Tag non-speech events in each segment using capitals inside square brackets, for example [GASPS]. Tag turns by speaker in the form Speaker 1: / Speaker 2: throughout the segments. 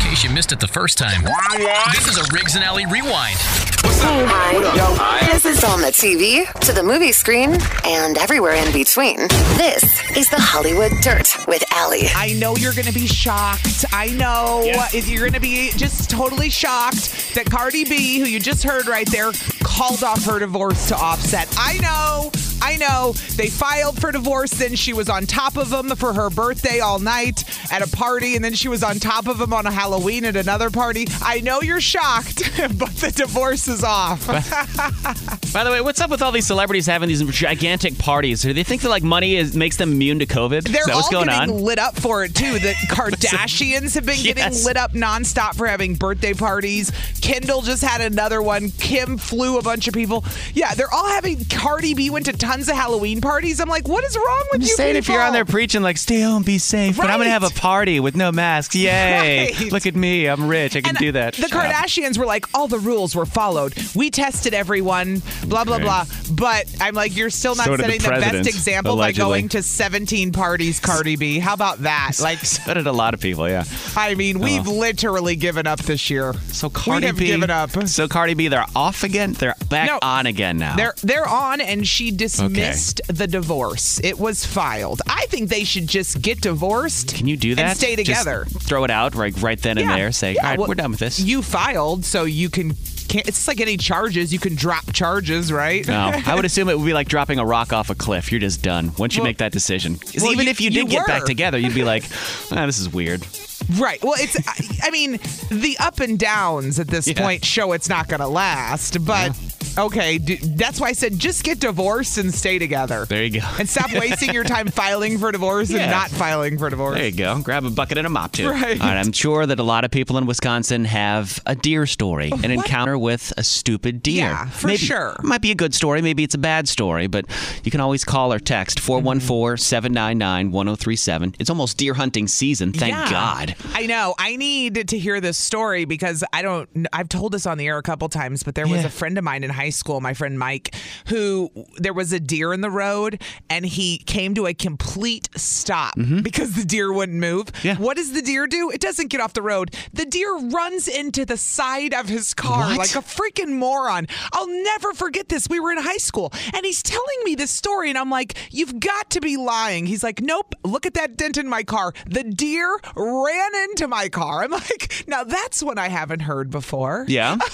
Speaker 1: case you missed it the first time, this is a Riggs and Alley rewind.
Speaker 2: Hi. This is on the TV, to the movie screen, and everywhere in between. This is the Hollywood Dirt with Allie.
Speaker 3: I know you're going to be shocked. I know is you're going to be just totally shocked that Cardi B, who you just heard right there, called off her divorce to Offset. I know. I know. They filed for divorce, then she was on top of him for her birthday all night at a party, and then she was on top of him on a Halloween at another party. I know you're shocked, [LAUGHS] but the divorce is off.
Speaker 4: By the way, what's up with all these celebrities having these gigantic parties? Do they think that like money is makes them immune to COVID?
Speaker 3: They're
Speaker 4: is that
Speaker 3: all
Speaker 4: what's going
Speaker 3: getting
Speaker 4: on?
Speaker 3: lit up for it too.
Speaker 4: [LAUGHS]
Speaker 3: The Kardashians have been getting
Speaker 4: Yes.
Speaker 3: lit up nonstop for having birthday parties. Kendall just had another one. Kim flew a bunch of people. Yeah, they're all having. Cardi B went to tons of Halloween parties. I'm like, what is wrong with
Speaker 4: I'm
Speaker 3: you
Speaker 4: just saying, if you're on there
Speaker 3: people?
Speaker 4: preaching like "stay home, be safe," but I'm gonna have a
Speaker 3: Right.
Speaker 4: party with no masks. Yay!
Speaker 3: Right.
Speaker 4: Look at me, I'm rich. I can
Speaker 3: And
Speaker 4: do that.
Speaker 3: The
Speaker 4: Shut up.
Speaker 3: Kardashians were like, all the rules were followed. We tested everyone, blah, blah,
Speaker 4: Right.
Speaker 3: blah. But I'm like, you're still not
Speaker 4: So did the
Speaker 3: setting the,
Speaker 4: president,
Speaker 3: best example by
Speaker 4: allegedly.
Speaker 3: going to 17 parties, Cardi B. How about that? Like,
Speaker 4: So did a lot of people. Yeah.
Speaker 3: I mean, we've literally given up this year.
Speaker 4: Oh. So Cardi
Speaker 3: we have
Speaker 4: B.
Speaker 3: given up.
Speaker 4: So Cardi B, they're off again. They're back
Speaker 3: No.
Speaker 4: on again now.
Speaker 3: They're they're on, and she dismissed the divorce. It was filed. I think they should just get divorced.
Speaker 4: can you do that?
Speaker 3: And stay
Speaker 4: Just
Speaker 3: together.
Speaker 4: throw it out right, right then and there. Say, all right,
Speaker 3: well,
Speaker 4: we're done with this.
Speaker 3: You filed, so you can. Can't, it's like any charges. You can drop charges, right?
Speaker 4: No, [LAUGHS] I would assume it would be like dropping a rock off a cliff. You're just done once you
Speaker 3: Well-
Speaker 4: make that decision. 'Cause
Speaker 3: Well,
Speaker 4: even
Speaker 3: you-
Speaker 4: if you
Speaker 3: you
Speaker 4: did get back
Speaker 3: were.
Speaker 4: together, you'd be
Speaker 3: [LAUGHS]
Speaker 4: like, ah, "This is weird."
Speaker 3: [LAUGHS] Right. Well, it's. I, I mean, the up and downs at this
Speaker 4: Yeah.
Speaker 3: point show it's not going to last. But okay, d- that's why I said just get divorced and stay together.
Speaker 4: There
Speaker 3: [LAUGHS]
Speaker 4: you go.
Speaker 3: and stop wasting your time filing for divorce
Speaker 4: Yeah.
Speaker 3: and not filing for divorce.
Speaker 4: There you go. Grab a bucket and a mop too.
Speaker 3: Right.
Speaker 4: All right. I'm sure that a lot of people in Wisconsin have a deer story, an encounter with a stupid deer.
Speaker 3: Oh, Yeah, for
Speaker 4: Maybe-
Speaker 3: sure.
Speaker 4: Might be a good story. Maybe it's a bad story, but you can always call or text
Speaker 3: Mm-hmm.
Speaker 4: 414-799-1037. It's almost deer hunting season. Thank
Speaker 3: Yeah.
Speaker 4: God.
Speaker 3: I know. I need to hear this story because I don't. kn- I've told this on the air a couple times, but there was
Speaker 4: Yeah.
Speaker 3: a friend of mine in high school, my friend Mike, who there was a deer in the road and he came to a complete stop because the deer wouldn't move.
Speaker 4: Mm-hmm. Yeah.
Speaker 3: What does the deer do? It doesn't get off the road. The deer runs into the side of his car
Speaker 4: What?
Speaker 3: like a freaking moron. I'll never forget this. We were in high school and he's telling me this story, and I'm like, You've got to be lying. He's like, Nope, look at that dent in my car. The deer ran into my car. I'm like, Now that's one I haven't heard before.
Speaker 4: Yeah.
Speaker 3: [LAUGHS]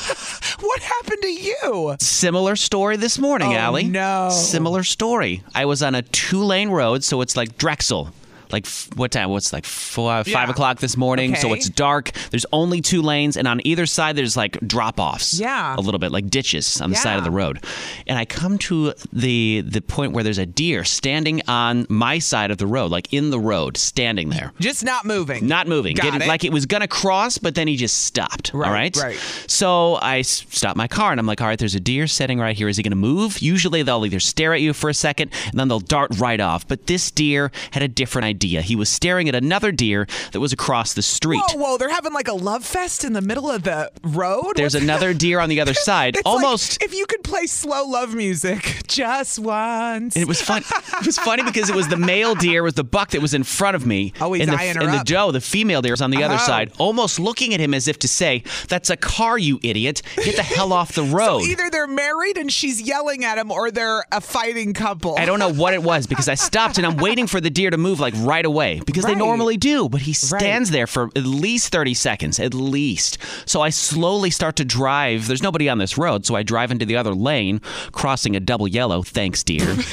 Speaker 3: What happened to you?
Speaker 4: Similar story this morning,
Speaker 3: Oh,
Speaker 4: Allie.
Speaker 3: no.
Speaker 4: Similar story. I was on a two lane road, so it's like Drexel. Like f- what time? What's like four, five
Speaker 3: Yeah.
Speaker 4: o'clock this morning? So
Speaker 3: Okay.
Speaker 4: it's dark. There's only two lanes, and on either side there's like drop offs.
Speaker 3: Yeah.
Speaker 4: a little bit like ditches on the side of the
Speaker 3: Yeah.
Speaker 4: road. And I come to the the point where there's a deer standing on my side of the road, like in the road, standing there.
Speaker 3: Just not moving.
Speaker 4: Not moving.
Speaker 3: Got
Speaker 4: Getting-
Speaker 3: it.
Speaker 4: Like it was going to cross, but then he just stopped. all right.
Speaker 3: Right, right.
Speaker 4: So I s- stopped my car and I'm like, all right, there's a deer sitting right here. Is he going to move? Usually they'll either stare at you for a second and then they'll dart right off. But this deer had a different idea. He was staring at another deer that was across the street.
Speaker 3: Whoa, whoa, they're having like a love fest in the middle of the road.
Speaker 4: There's
Speaker 3: What's-
Speaker 4: another deer on the
Speaker 3: [LAUGHS]
Speaker 4: other side.
Speaker 3: It's like
Speaker 4: almost.
Speaker 3: if you could play slow love music [LAUGHS] just once.
Speaker 4: And it was fun. It was funny because it was the male deer was the buck that was in front of me.
Speaker 3: Oh, he's
Speaker 4: and the,
Speaker 3: eyeing her
Speaker 4: and the
Speaker 3: up.
Speaker 4: doe, the female deer, was on the other
Speaker 3: Oh.
Speaker 4: side, almost looking at him as if to say, "That's a car, you idiot! Get the hell off
Speaker 3: [LAUGHS]
Speaker 4: the road."
Speaker 3: Either they're married and she's yelling at him, or they're a fighting couple.
Speaker 4: I don't know what it was because I stopped and I'm waiting for the deer to move like right away because they
Speaker 3: Right.
Speaker 4: normally do, but he
Speaker 3: Right.
Speaker 4: stands there for at least 30 seconds, at least. So I slowly start to drive. There's nobody on this road, so I drive into the other lane, crossing a double yellow. Thanks, deer.
Speaker 3: [LAUGHS]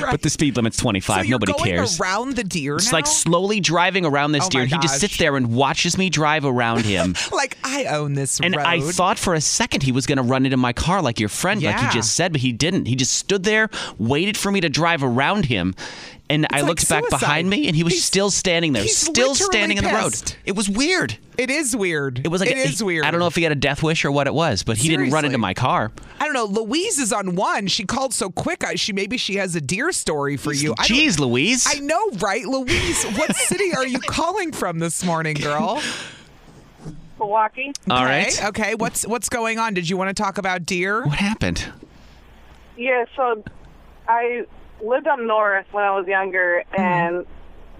Speaker 4: But the speed limit's 25.
Speaker 3: So you're
Speaker 4: nobody
Speaker 3: going
Speaker 4: cares.
Speaker 3: around the deer
Speaker 4: It's
Speaker 3: now?
Speaker 4: like slowly driving around this
Speaker 3: Oh
Speaker 4: deer.
Speaker 3: my
Speaker 4: He just sits
Speaker 3: gosh.
Speaker 4: there and watches me drive around
Speaker 3: [LAUGHS]
Speaker 4: him.
Speaker 3: like I own this
Speaker 4: And
Speaker 3: road.
Speaker 4: I thought for a second he was going to run into my car like your friend, like you
Speaker 3: Yeah.
Speaker 4: just said, but he didn't. He just stood there, waited for me to drive around him. And I
Speaker 3: like
Speaker 4: looked back
Speaker 3: suicide.
Speaker 4: behind me, and he was
Speaker 3: He's-
Speaker 4: still standing there,
Speaker 3: he's
Speaker 4: still
Speaker 3: literally
Speaker 4: standing in the road.
Speaker 3: pissed.
Speaker 4: It was weird.
Speaker 3: it is weird.
Speaker 4: It was like
Speaker 3: it
Speaker 4: a-
Speaker 3: is weird.
Speaker 4: I don't know if he had a death wish or what it was, but he didn't run
Speaker 3: Seriously.
Speaker 4: into my car.
Speaker 3: I don't know. Louise is on one. She called so quick. I, she maybe she has a deer story for you. I don't-
Speaker 4: Jeez, Louise.
Speaker 3: I know, right, Louise?
Speaker 4: [LAUGHS]
Speaker 3: What city are you calling from this morning, girl?
Speaker 5: Milwaukee.
Speaker 4: All
Speaker 3: okay,
Speaker 4: right.
Speaker 3: Okay. What's what's going on? Did you want to talk about deer?
Speaker 4: What happened?
Speaker 5: Yeah, so I lived up north when I was younger, and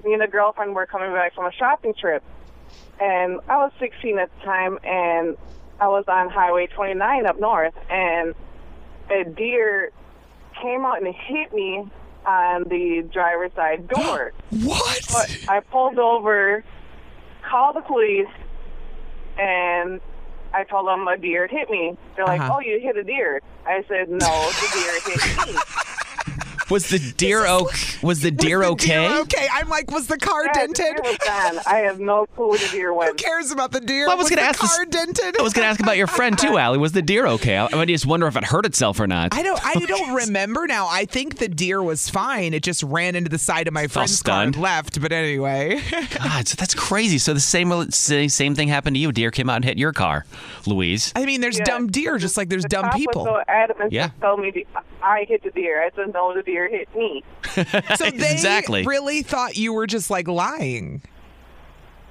Speaker 5: me and a girlfriend were coming back from a shopping trip. and I was 16 at the time, and I was on Highway 29 up north, and a deer came out and hit me on the driver's side door.
Speaker 3: What?
Speaker 5: But I pulled over, called the police, and I told them a deer had hit me. They're like,
Speaker 3: Uh-huh.
Speaker 5: "Oh, you hit a deer." I said, "No, the deer
Speaker 3: [LAUGHS]
Speaker 5: hit me."
Speaker 4: Was the deer oak? Was the
Speaker 3: [LAUGHS]
Speaker 4: deer
Speaker 3: Was the
Speaker 4: okay?
Speaker 3: okay. I'm like, was the car
Speaker 5: Yeah, the
Speaker 3: dented?
Speaker 5: deer was gone. I have no clue where the deer
Speaker 3: Who
Speaker 5: went.
Speaker 3: cares about the deer?
Speaker 4: Well, I was
Speaker 3: the
Speaker 4: gonna ask this-
Speaker 3: car dented?
Speaker 4: I was going to ask about your friend too, Allie. Was the deer okay? I, I just wonder if it hurt itself or not.
Speaker 3: I don't. I don't remember now. I think the deer was fine. It just ran into the side of my
Speaker 4: Fell
Speaker 3: friend's car and
Speaker 4: stunned.
Speaker 3: left. But anyway, [LAUGHS]
Speaker 4: God, so that's crazy. So the same same same thing happened to you. A deer came out and hit your car, Louise.
Speaker 3: I mean, there's
Speaker 5: Yeah.
Speaker 3: dumb deer, just like there's
Speaker 5: The
Speaker 3: dumb
Speaker 5: cop
Speaker 3: people.
Speaker 5: Was so adamant
Speaker 4: Yeah.
Speaker 5: to tell me the, I hit the deer. I said, "No, the deer hit me." [LAUGHS]
Speaker 3: So they
Speaker 4: Exactly.
Speaker 3: really thought you were just like lying.
Speaker 4: [LAUGHS]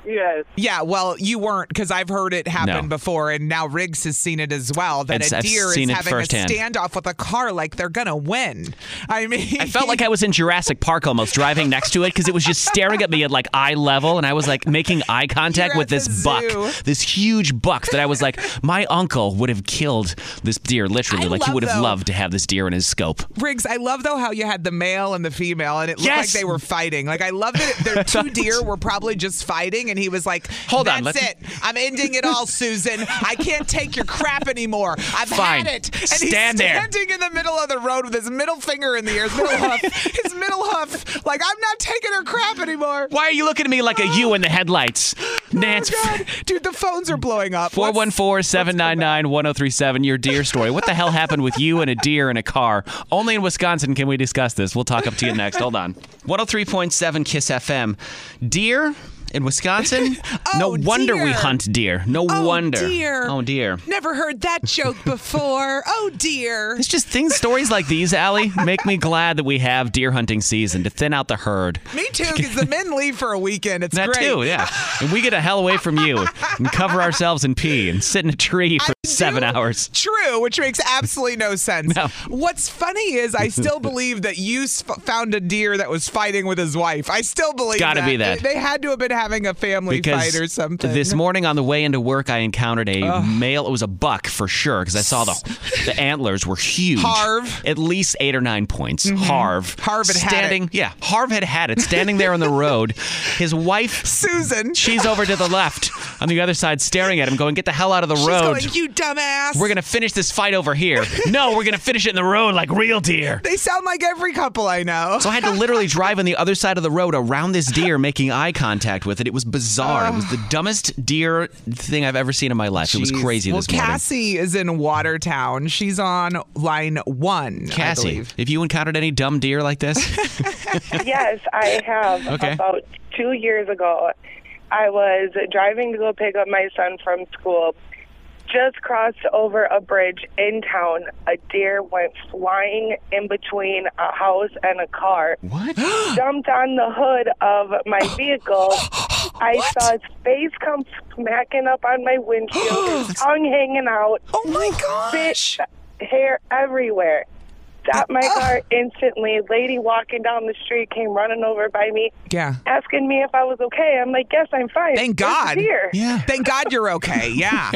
Speaker 5: Yes.
Speaker 3: Yeah, well, you weren't because I've heard it happen
Speaker 4: No.
Speaker 3: before, and now Riggs has seen it as well. That
Speaker 4: It's-
Speaker 3: a
Speaker 4: I've
Speaker 3: deer is
Speaker 4: seen it
Speaker 3: having
Speaker 4: firsthand.
Speaker 3: a standoff with a car, like they're gonna win. I mean,
Speaker 4: I
Speaker 3: [LAUGHS]
Speaker 4: felt like I was in Jurassic Park almost driving next to it because it was just staring at me at like eye level, and I was like making eye contact
Speaker 3: You're
Speaker 4: with this
Speaker 3: at the
Speaker 4: buck,
Speaker 3: zoo.
Speaker 4: this huge buck that I was like, my uncle would have killed this deer literally.
Speaker 3: I
Speaker 4: like he
Speaker 3: love,
Speaker 4: would have
Speaker 3: though-
Speaker 4: loved to have this deer in his scope.
Speaker 3: Riggs, I love though how you had the male and the female, and it looked
Speaker 4: Yes.
Speaker 3: like they were fighting. Like I love that
Speaker 4: [LAUGHS]
Speaker 3: their two deer were probably just fighting, and he was like,
Speaker 4: Hold
Speaker 3: That's
Speaker 4: on, let-
Speaker 3: it. I'm ending it all, Susan. I can't take your crap anymore. I've
Speaker 4: Fine.
Speaker 3: had it." And
Speaker 4: Stand
Speaker 3: he's
Speaker 4: there.
Speaker 3: standing in the middle of the road with his middle finger in the air, his
Speaker 4: [LAUGHS]
Speaker 3: middle huff, his middle huff. Like I'm not taking her crap anymore.
Speaker 4: Why are you looking at me like a you in the headlights, Nance?
Speaker 3: [GASPS] Oh, God. Dude, the phones are blowing up. Let's-
Speaker 4: 414 799 1037, your
Speaker 3: [LAUGHS]
Speaker 4: deer story. What the hell happened with you and a deer in a car? Only in Wisconsin can we discuss this. We'll talk up to you next. Hold on. 103.7 Kiss FM. Deer in Wisconsin? [LAUGHS] no
Speaker 3: Oh,
Speaker 4: wonder we
Speaker 3: dear.
Speaker 4: hunt deer. No
Speaker 3: Oh,
Speaker 4: wonder.
Speaker 3: dear.
Speaker 4: Oh, dear.
Speaker 3: Never heard that joke before. Oh
Speaker 4: [LAUGHS]
Speaker 3: dear.
Speaker 4: It's just things, stories like these, Allie, make me glad that we have deer hunting season to thin out the herd.
Speaker 3: Me too, because the men leave for a weekend. It's
Speaker 4: That
Speaker 3: great.
Speaker 4: too, yeah. And we get a hell away from you and cover ourselves in pee and sit in a tree for
Speaker 3: I
Speaker 4: seven
Speaker 3: do-
Speaker 4: hours.
Speaker 3: True, which makes absolutely no sense.
Speaker 4: [LAUGHS] No.
Speaker 3: What's funny is
Speaker 4: [LAUGHS]
Speaker 3: I still believe that you s- found a deer that was fighting with his wife. I still believe
Speaker 4: gotta
Speaker 3: that.
Speaker 4: be that.
Speaker 3: They, they had to have been having a family
Speaker 4: because
Speaker 3: fight or something.
Speaker 4: This morning on the way into work, I encountered a male. It was a buck for sure because I saw
Speaker 3: [LAUGHS]
Speaker 4: the the antlers were huge.
Speaker 3: Harv. Mm-hmm.
Speaker 4: at least eight or nine points. Harv,
Speaker 3: Harv had had it.
Speaker 4: standing. Yeah, Harv had had it standing there on the road. His wife,
Speaker 3: Susan, she's
Speaker 4: she's over to the left on the other side, staring at him, going, "Get the hell out of the road."
Speaker 3: going, you dumbass.
Speaker 4: we're gonna finish this fight over
Speaker 3: [LAUGHS]
Speaker 4: here. No, we're gonna finish it in the road like real deer.
Speaker 3: They sound like every couple I know.
Speaker 4: So I had to literally drive on the other side of the road around this deer, making eye contact with it. It was bizarre. it was the dumbest deer thing I've ever seen in my life. It was
Speaker 3: Jeez.
Speaker 4: crazy
Speaker 3: well,
Speaker 4: this morning.
Speaker 3: Cassie is in Watertown. She's on line one. I
Speaker 4: Cassie,
Speaker 3: believe.
Speaker 4: if you encountered any dumb deer like
Speaker 3: [LAUGHS]
Speaker 4: this,
Speaker 5: Yes, I have.
Speaker 4: Okay.
Speaker 5: About two years ago, I was driving to go pick up my son from school. Just crossed over a bridge in town. A deer went flying in between a house and a car.
Speaker 4: [GASPS] what?
Speaker 5: Jumped on the hood of my
Speaker 4: [GASPS]
Speaker 5: vehicle. I saw his face come smacking up on my
Speaker 4: [GASPS]
Speaker 5: windshield, his tongue hanging out,
Speaker 3: Oh my
Speaker 5: spit,
Speaker 3: gosh.
Speaker 5: hair everywhere.
Speaker 4: [GASPS]
Speaker 5: Stopped my car instantly. Lady walking down the street came running over by me,
Speaker 3: Yeah.
Speaker 5: asking me if I was okay. I'm like, yes, I'm fine.
Speaker 3: Thank
Speaker 5: Where's
Speaker 3: God.
Speaker 5: The deer?
Speaker 4: Yeah.
Speaker 3: Thank God you're okay. Yeah.
Speaker 5: [LAUGHS]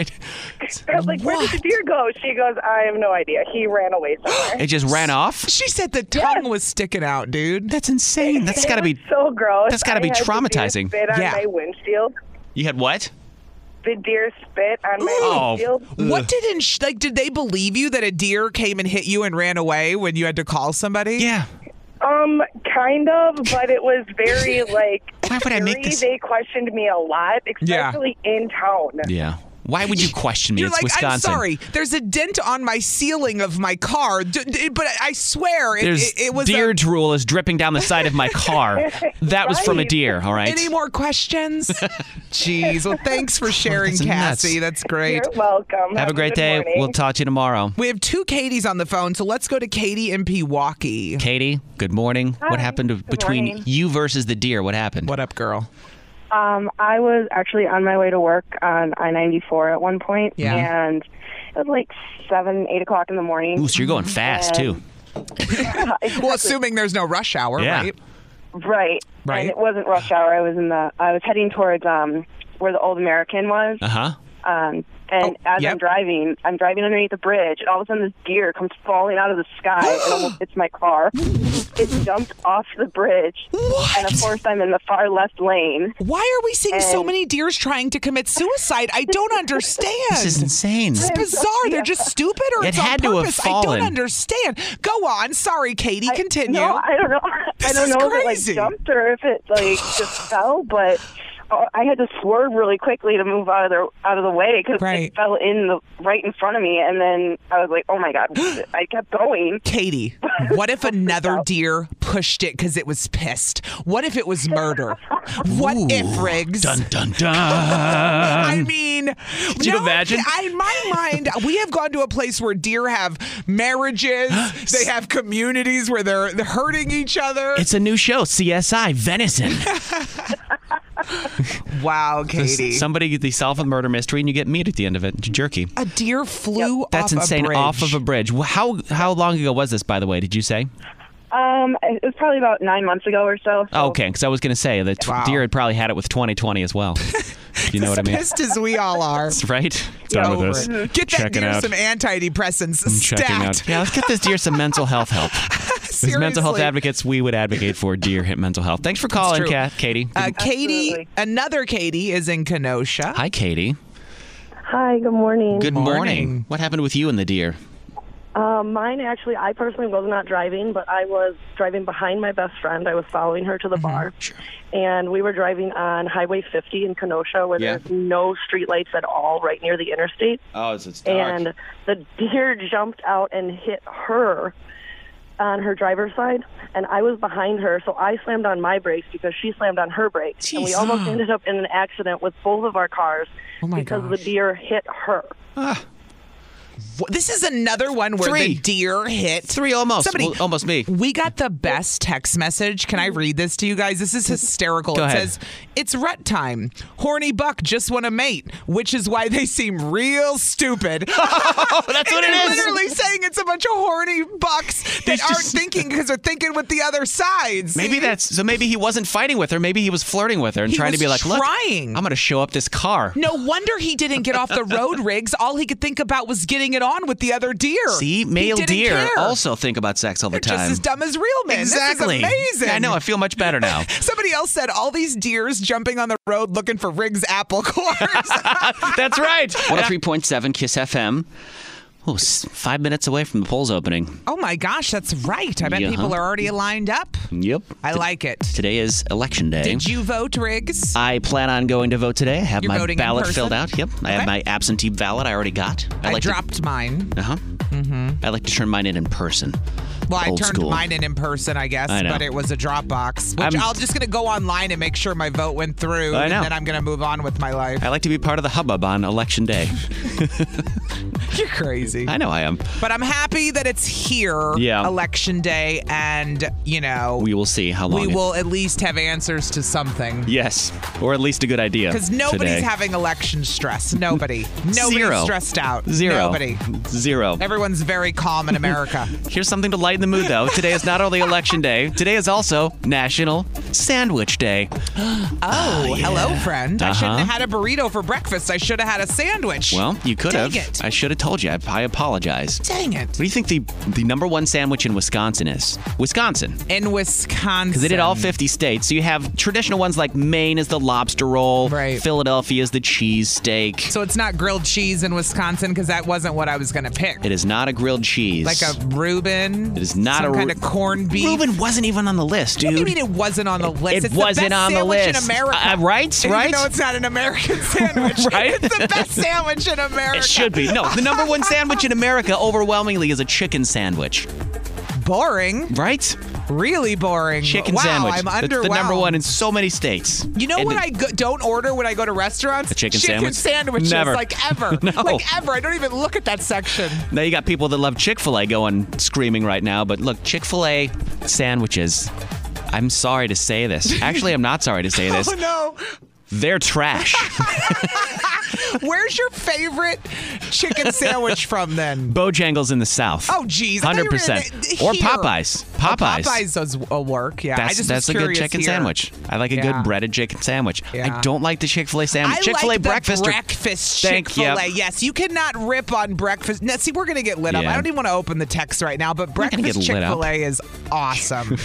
Speaker 5: I was like, where did the
Speaker 3: What?
Speaker 5: deer go? She goes, I have no idea. He
Speaker 4: [GASPS]
Speaker 5: ran away somewhere.
Speaker 4: It just ran off.
Speaker 3: She said the tongue was sticking out, dude.
Speaker 4: That's insane. That's
Speaker 5: [LAUGHS] It
Speaker 4: got to
Speaker 5: was
Speaker 4: be.
Speaker 5: so gross.
Speaker 4: that's gotta
Speaker 5: I
Speaker 4: be
Speaker 5: had the deer
Speaker 4: traumatizing.
Speaker 5: Spit on
Speaker 3: Yeah.
Speaker 5: my windshield.
Speaker 4: You had what?
Speaker 5: The deer spit on my
Speaker 4: Ooh. Oh.
Speaker 5: windshield.
Speaker 3: What didn't sh- like? Did they believe you that a deer came and hit you and ran away when you had to call somebody?
Speaker 4: Yeah.
Speaker 5: Um, kind of, but it was
Speaker 4: [LAUGHS]
Speaker 5: very like.
Speaker 4: Why would I make
Speaker 5: eerie.
Speaker 4: this-
Speaker 5: They questioned me a lot,
Speaker 3: Yeah.
Speaker 5: especially in town.
Speaker 4: Yeah. Why would you question me?
Speaker 3: You're
Speaker 4: it's
Speaker 3: like,
Speaker 4: Wisconsin.
Speaker 3: I'm sorry. There's a dent on my ceiling of my car, D- d- but I swear it,
Speaker 4: There's
Speaker 3: it, it was.
Speaker 4: deer
Speaker 3: A-
Speaker 4: drool is dripping down the side of my car.
Speaker 3: [LAUGHS]
Speaker 4: That was from a
Speaker 5: Right.
Speaker 4: deer. All right.
Speaker 3: any
Speaker 4: [LAUGHS]
Speaker 3: more questions? Jeez. Well, thanks for sharing,
Speaker 4: that's nuts.
Speaker 3: Cassie. That's great.
Speaker 5: You're welcome.
Speaker 4: Have a great
Speaker 5: good
Speaker 4: day.
Speaker 5: morning.
Speaker 4: We'll talk to you tomorrow.
Speaker 3: We have two Katies on the phone, so let's go to Katie in Pewaukee.
Speaker 4: Katie, good morning. What
Speaker 5: Hi.
Speaker 4: happened to,
Speaker 5: Good
Speaker 4: between
Speaker 5: morning.
Speaker 4: you versus the deer? What happened?
Speaker 3: What up, girl?
Speaker 6: Um, I was actually on my way to work on I ninety four at one point,
Speaker 3: Yeah.
Speaker 6: and it was like seven, eight o'clock in the morning.
Speaker 4: Ooh, so you're going fast too.
Speaker 3: Well, assuming there's no rush hour,
Speaker 4: Yeah.
Speaker 3: right?
Speaker 6: Right,
Speaker 3: Right.
Speaker 6: And it wasn't rush hour. I was in the. I was heading towards um, where the old American was.
Speaker 4: Uh huh.
Speaker 6: Um, and as
Speaker 3: Oh, yep.
Speaker 6: I'm driving, I'm driving underneath the bridge, and all of a sudden this deer comes falling out of the sky and
Speaker 3: [GASPS]
Speaker 6: almost hits my car. It jumped off the bridge,
Speaker 3: What?
Speaker 6: and of course I'm in the far left lane.
Speaker 3: Why are we seeing so
Speaker 6: And-
Speaker 3: many deers trying to commit suicide? I
Speaker 6: [LAUGHS]
Speaker 3: don't understand.
Speaker 4: This is insane.
Speaker 3: It's bizarre. They're just stupid or
Speaker 4: It
Speaker 3: it's on
Speaker 4: had to have
Speaker 3: purpose. I
Speaker 4: fallen.
Speaker 3: don't understand. Go on. Sorry, Katie. Continue.
Speaker 6: No, I don't know. [LAUGHS]
Speaker 3: This
Speaker 6: I don't
Speaker 3: is
Speaker 6: know
Speaker 3: crazy.
Speaker 6: if it like jumped or if it like
Speaker 3: [SIGHS]
Speaker 6: just fell, but uh, I had to swerve really quickly to move out of the out of the way because
Speaker 3: Right.
Speaker 6: it fell in the right in front of me, and then I was like, "Oh my
Speaker 3: [GASPS]
Speaker 6: god!" I kept going. [LAUGHS]
Speaker 3: Katie, what if another deer pushed it because it was pissed? What if it was murder? What if Riggs?
Speaker 4: Dun dun dun.
Speaker 3: [LAUGHS] I mean, Did
Speaker 4: Um, you imagine?
Speaker 3: in my mind, we have gone to a place where deer have marriages.
Speaker 4: [GASPS]
Speaker 3: they have communities where they're, they're hurting each other.
Speaker 4: It's a new show, CSI Venison.
Speaker 3: wow, [LAUGHS] Katie.
Speaker 4: Somebody they solve a murder mystery and you get meat at the end of it. Jerky.
Speaker 3: a deer flew off
Speaker 4: That's
Speaker 3: a
Speaker 4: insane.
Speaker 3: bridge.
Speaker 4: Off of a bridge. Wh- How how long ago was this, by the way? Did you say?
Speaker 6: Um, it was probably about nine months ago or so. so
Speaker 4: Oh, okay, because I was going to say the t-
Speaker 3: Wow.
Speaker 4: deer had probably had it with 2020 as
Speaker 3: [LAUGHS]
Speaker 4: well. you know what I mean?
Speaker 3: Pissed as we all are.
Speaker 4: Right?
Speaker 3: Get over it. Get that deer some antidepressants. stat.
Speaker 4: Yeah, let's get this deer some mental health
Speaker 3: [LAUGHS]
Speaker 4: help. As mental health
Speaker 3: Seriously.
Speaker 4: advocates, we would advocate for deer hit mental health. Thanks for calling,
Speaker 3: true.
Speaker 4: Kat, Katie.
Speaker 3: Uh, Katie,
Speaker 6: Absolutely.
Speaker 3: another Katie is in Kenosha.
Speaker 4: Hi, Katie.
Speaker 7: Hi, good morning.
Speaker 4: Good morning.
Speaker 3: morning.
Speaker 4: What happened with you and the deer?
Speaker 7: Um, mine actually, I personally was not driving, but I was driving behind my best friend. I was following her to
Speaker 3: Mm-hmm.
Speaker 7: the bar. And we were driving on Highway 50 in Kenosha where
Speaker 4: Yeah.
Speaker 7: there's no streetlights at all right near the interstate.
Speaker 3: Uh,
Speaker 4: Oh, it's, it's
Speaker 7: And the deer jumped out and hit her on her driver's side. And I was behind her, so I slammed on my brakes because she slammed on her brakes. And we
Speaker 4: Jeez.
Speaker 7: almost ended up in an accident with both of our cars
Speaker 3: Oh my
Speaker 7: because
Speaker 3: gosh.
Speaker 7: the deer hit her.
Speaker 3: Wh- This is another one where
Speaker 4: Three.
Speaker 3: the deer hit
Speaker 4: Three almost.
Speaker 3: Somebody,
Speaker 4: Well, almost
Speaker 3: [LAUGHS]
Speaker 4: me.
Speaker 3: We got the best text message. Can I read this to you guys? This is hysterical.
Speaker 4: Go
Speaker 3: it
Speaker 4: ahead.
Speaker 3: says, It's rut time. Horny buck just want a mate, which is why they seem real stupid.
Speaker 4: [LAUGHS] Oh, that's what it
Speaker 3: They're
Speaker 4: is.
Speaker 3: literally saying it's a bunch of horny bucks that
Speaker 4: It's
Speaker 3: aren't
Speaker 4: just-
Speaker 3: thinking because they're thinking with the other sides.
Speaker 4: Maybe that's so. Maybe he wasn't fighting with her. Maybe he was flirting with her and
Speaker 3: He
Speaker 4: trying to
Speaker 3: was
Speaker 4: be like, "Look,
Speaker 3: trying.
Speaker 4: I'm going to show up this car."
Speaker 3: No wonder he didn't get off
Speaker 4: [LAUGHS]
Speaker 3: the road, Riggs. All he could think about was getting it on with the other deer.
Speaker 4: See,
Speaker 3: He
Speaker 4: male
Speaker 3: didn't
Speaker 4: deer
Speaker 3: care.
Speaker 4: also think about sex all the
Speaker 3: They're
Speaker 4: time.
Speaker 3: just as dumb as real men. This is
Speaker 4: Exactly.
Speaker 3: amazing.
Speaker 4: I know. I feel much better
Speaker 3: [LAUGHS]
Speaker 4: now.
Speaker 3: Somebody else said all these deers jumping on the road looking for Riggs apple cores.
Speaker 4: That's right. 103.7 Kiss FM. Oh, s- five minutes away from the polls opening.
Speaker 3: [LAUGHS] oh my gosh, that's right. I bet
Speaker 4: Yeah.
Speaker 3: people are already lined up.
Speaker 4: Yep.
Speaker 3: I like it.
Speaker 4: Today is election day.
Speaker 3: Did you vote, Riggs?
Speaker 4: I plan on going to vote today. I have
Speaker 3: You're
Speaker 4: my
Speaker 3: voting in
Speaker 4: ballot
Speaker 3: person?
Speaker 4: filled out. Yep. I
Speaker 3: Okay.
Speaker 4: have my absentee ballot I already got.
Speaker 3: I,
Speaker 4: like
Speaker 3: dropped Mm-hmm. mine.
Speaker 4: to. Uh huh. I like to turn mine in in person.
Speaker 3: Well, I
Speaker 4: Old
Speaker 3: turned
Speaker 4: school.
Speaker 3: mine in in person, I guess,
Speaker 4: I know.
Speaker 3: but it was a Dropbox, which
Speaker 4: I'm-
Speaker 3: i am just going to go online and make sure my vote went through,
Speaker 4: I know.
Speaker 3: and then I'm going to move on with my life.
Speaker 4: I like to be part of the hubbub on election day.
Speaker 3: [LAUGHS] You're crazy.
Speaker 4: I know I am.
Speaker 3: But I'm happy that it's here,
Speaker 4: Yeah.
Speaker 3: election day, and, you know,
Speaker 4: We will see how long.
Speaker 3: we
Speaker 4: it-
Speaker 3: will at least have answers to something.
Speaker 4: Yes, or at least a good idea.
Speaker 3: Because nobody's
Speaker 4: today.
Speaker 3: having election stress. Nobody. Nobody's
Speaker 4: Zero.
Speaker 3: stressed out.
Speaker 4: zero.
Speaker 3: Nobody.
Speaker 4: Zero.
Speaker 3: Everyone's very calm
Speaker 4: [LAUGHS]
Speaker 3: in America.
Speaker 4: Here's something to lighten the mood, though. Today is not only Election Day, today is also National Sandwich Day.
Speaker 3: oh, hello, friend. I shouldn't
Speaker 4: Uh-huh.
Speaker 3: have had a burrito for breakfast. I should have had a sandwich.
Speaker 4: Well, you could
Speaker 3: Dang
Speaker 4: have.
Speaker 3: it.
Speaker 4: I should have told you. I, I apologize. What
Speaker 3: Dang it.
Speaker 4: do you think the, the number one sandwich in Wisconsin is? Wisconsin.
Speaker 3: In Wisconsin.
Speaker 4: Because they did all 50 states. So you have traditional ones like Maine is the lobster roll,
Speaker 3: Right.
Speaker 4: Philadelphia is the cheese steak.
Speaker 3: So it's not grilled cheese in Wisconsin because that wasn't what I was going to pick.
Speaker 4: it is not a grilled cheese.
Speaker 3: Like a Reuben.
Speaker 4: It is not
Speaker 3: some
Speaker 4: a
Speaker 3: kind
Speaker 4: Reu-
Speaker 3: of corned beef.
Speaker 4: Reuben wasn't even on the list, dude.
Speaker 3: What do you mean it wasn't on the list?
Speaker 4: it
Speaker 3: it's
Speaker 4: wasn't
Speaker 3: the best
Speaker 4: on the
Speaker 3: sandwich
Speaker 4: list.
Speaker 3: In America,
Speaker 4: Uh, right? Right?
Speaker 3: Even though it's not an American sandwich,
Speaker 4: [LAUGHS] Right?
Speaker 3: It's the best sandwich in America.
Speaker 4: it should be. No, the number one sandwich in America overwhelmingly is a chicken sandwich,
Speaker 3: boring,
Speaker 4: right?
Speaker 3: really boring.
Speaker 4: chicken
Speaker 3: wow,
Speaker 4: sandwich.
Speaker 3: I'm
Speaker 4: That's
Speaker 3: underwhelmed.
Speaker 4: the number one in so many states.
Speaker 3: You know
Speaker 4: And
Speaker 3: what I go- don't order when I go to restaurants?
Speaker 4: A chicken sandwich?
Speaker 3: sandwiches,
Speaker 4: Never.
Speaker 3: like ever,
Speaker 4: [LAUGHS] No.
Speaker 3: like ever. I don't even look at that section.
Speaker 4: Now you got people that love Chick Fil A going screaming right now, but look, Chick Fil A sandwiches. I'm sorry to say
Speaker 3: [LAUGHS]
Speaker 4: this. Actually, I'm not sorry to say this.
Speaker 3: Oh no! [LAUGHS]
Speaker 4: They're trash.
Speaker 3: Where's your favorite
Speaker 4: [LAUGHS]
Speaker 3: chicken sandwich from then?
Speaker 4: Bojangles in the South.
Speaker 3: Oh, jeez. I thought
Speaker 4: Hundred
Speaker 3: you were gonna-
Speaker 4: percent. Or
Speaker 3: here.
Speaker 4: Popeyes. Popeyes.
Speaker 3: Popeyes does uh, work. Yeah, I
Speaker 4: That's
Speaker 3: just
Speaker 4: that's a
Speaker 3: was
Speaker 4: good
Speaker 3: curious
Speaker 4: chicken
Speaker 3: here.
Speaker 4: sandwich. I like a
Speaker 3: Yeah.
Speaker 4: good breaded chicken sandwich.
Speaker 3: Yeah.
Speaker 4: I don't like the Chick Fil A sandwich.
Speaker 3: I
Speaker 4: Chick Fil A
Speaker 3: like the
Speaker 4: breakfast. or-
Speaker 3: breakfast
Speaker 4: Thank-
Speaker 3: Chick Fil A.
Speaker 4: yep.
Speaker 3: Yes, you cannot rip on breakfast. Now, see, we're gonna get lit up.
Speaker 4: Yeah.
Speaker 3: I don't even want to open the text right now, but
Speaker 4: not gonna
Speaker 3: breakfast
Speaker 4: get
Speaker 3: Chick
Speaker 4: lit up.
Speaker 3: Fil A is
Speaker 4: [LAUGHS]
Speaker 3: awesome.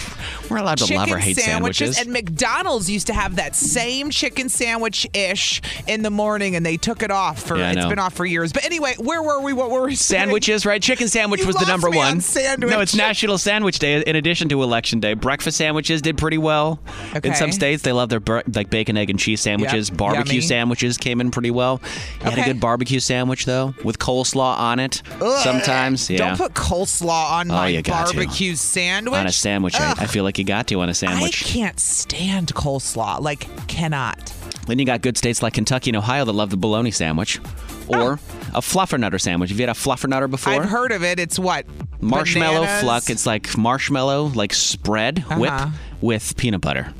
Speaker 4: We're allowed to love or hate sandwiches.
Speaker 3: and McDonald's used to have that same chicken sandwich ish in the morning, and they took it off for
Speaker 4: Yeah, I
Speaker 3: it's
Speaker 4: know.
Speaker 3: been off for years. But anyway, where were we? What were we? saying?
Speaker 4: Sandwiches, right? Chicken sandwich
Speaker 3: You
Speaker 4: was the
Speaker 3: lost
Speaker 4: number
Speaker 3: me on
Speaker 4: one.
Speaker 3: sandwich.
Speaker 4: No, it's National Sandwich Day. In addition to Election Day, breakfast sandwiches did pretty well.
Speaker 3: Okay.
Speaker 4: In some states, they love their bur- like bacon, egg, and cheese sandwiches.
Speaker 3: Yep,
Speaker 4: Barbecue
Speaker 3: yummy.
Speaker 4: sandwiches came in pretty well. You had a
Speaker 3: Okay.
Speaker 4: good barbecue sandwich though, with coleslaw on it.
Speaker 3: Ugh.
Speaker 4: Sometimes, yeah. Oh,
Speaker 3: Don't put coleslaw on my
Speaker 4: you got to.
Speaker 3: barbecue sandwich.
Speaker 4: on a sandwich, I,
Speaker 3: Ugh.
Speaker 4: I feel like you got to on a
Speaker 3: I
Speaker 4: sandwich.
Speaker 3: can't stand coleslaw. Like, cannot.
Speaker 4: Then you got good states like Kentucky and Ohio that love the bologna sandwich, or a fluffernutter sandwich. Have you had a fluffernutter before?
Speaker 3: Oh. I've heard of it. It's what?
Speaker 4: marshmallow
Speaker 3: Bananas?
Speaker 4: fluck. It's like marshmallow, like spread
Speaker 3: Uh-huh.
Speaker 4: whip with peanut butter.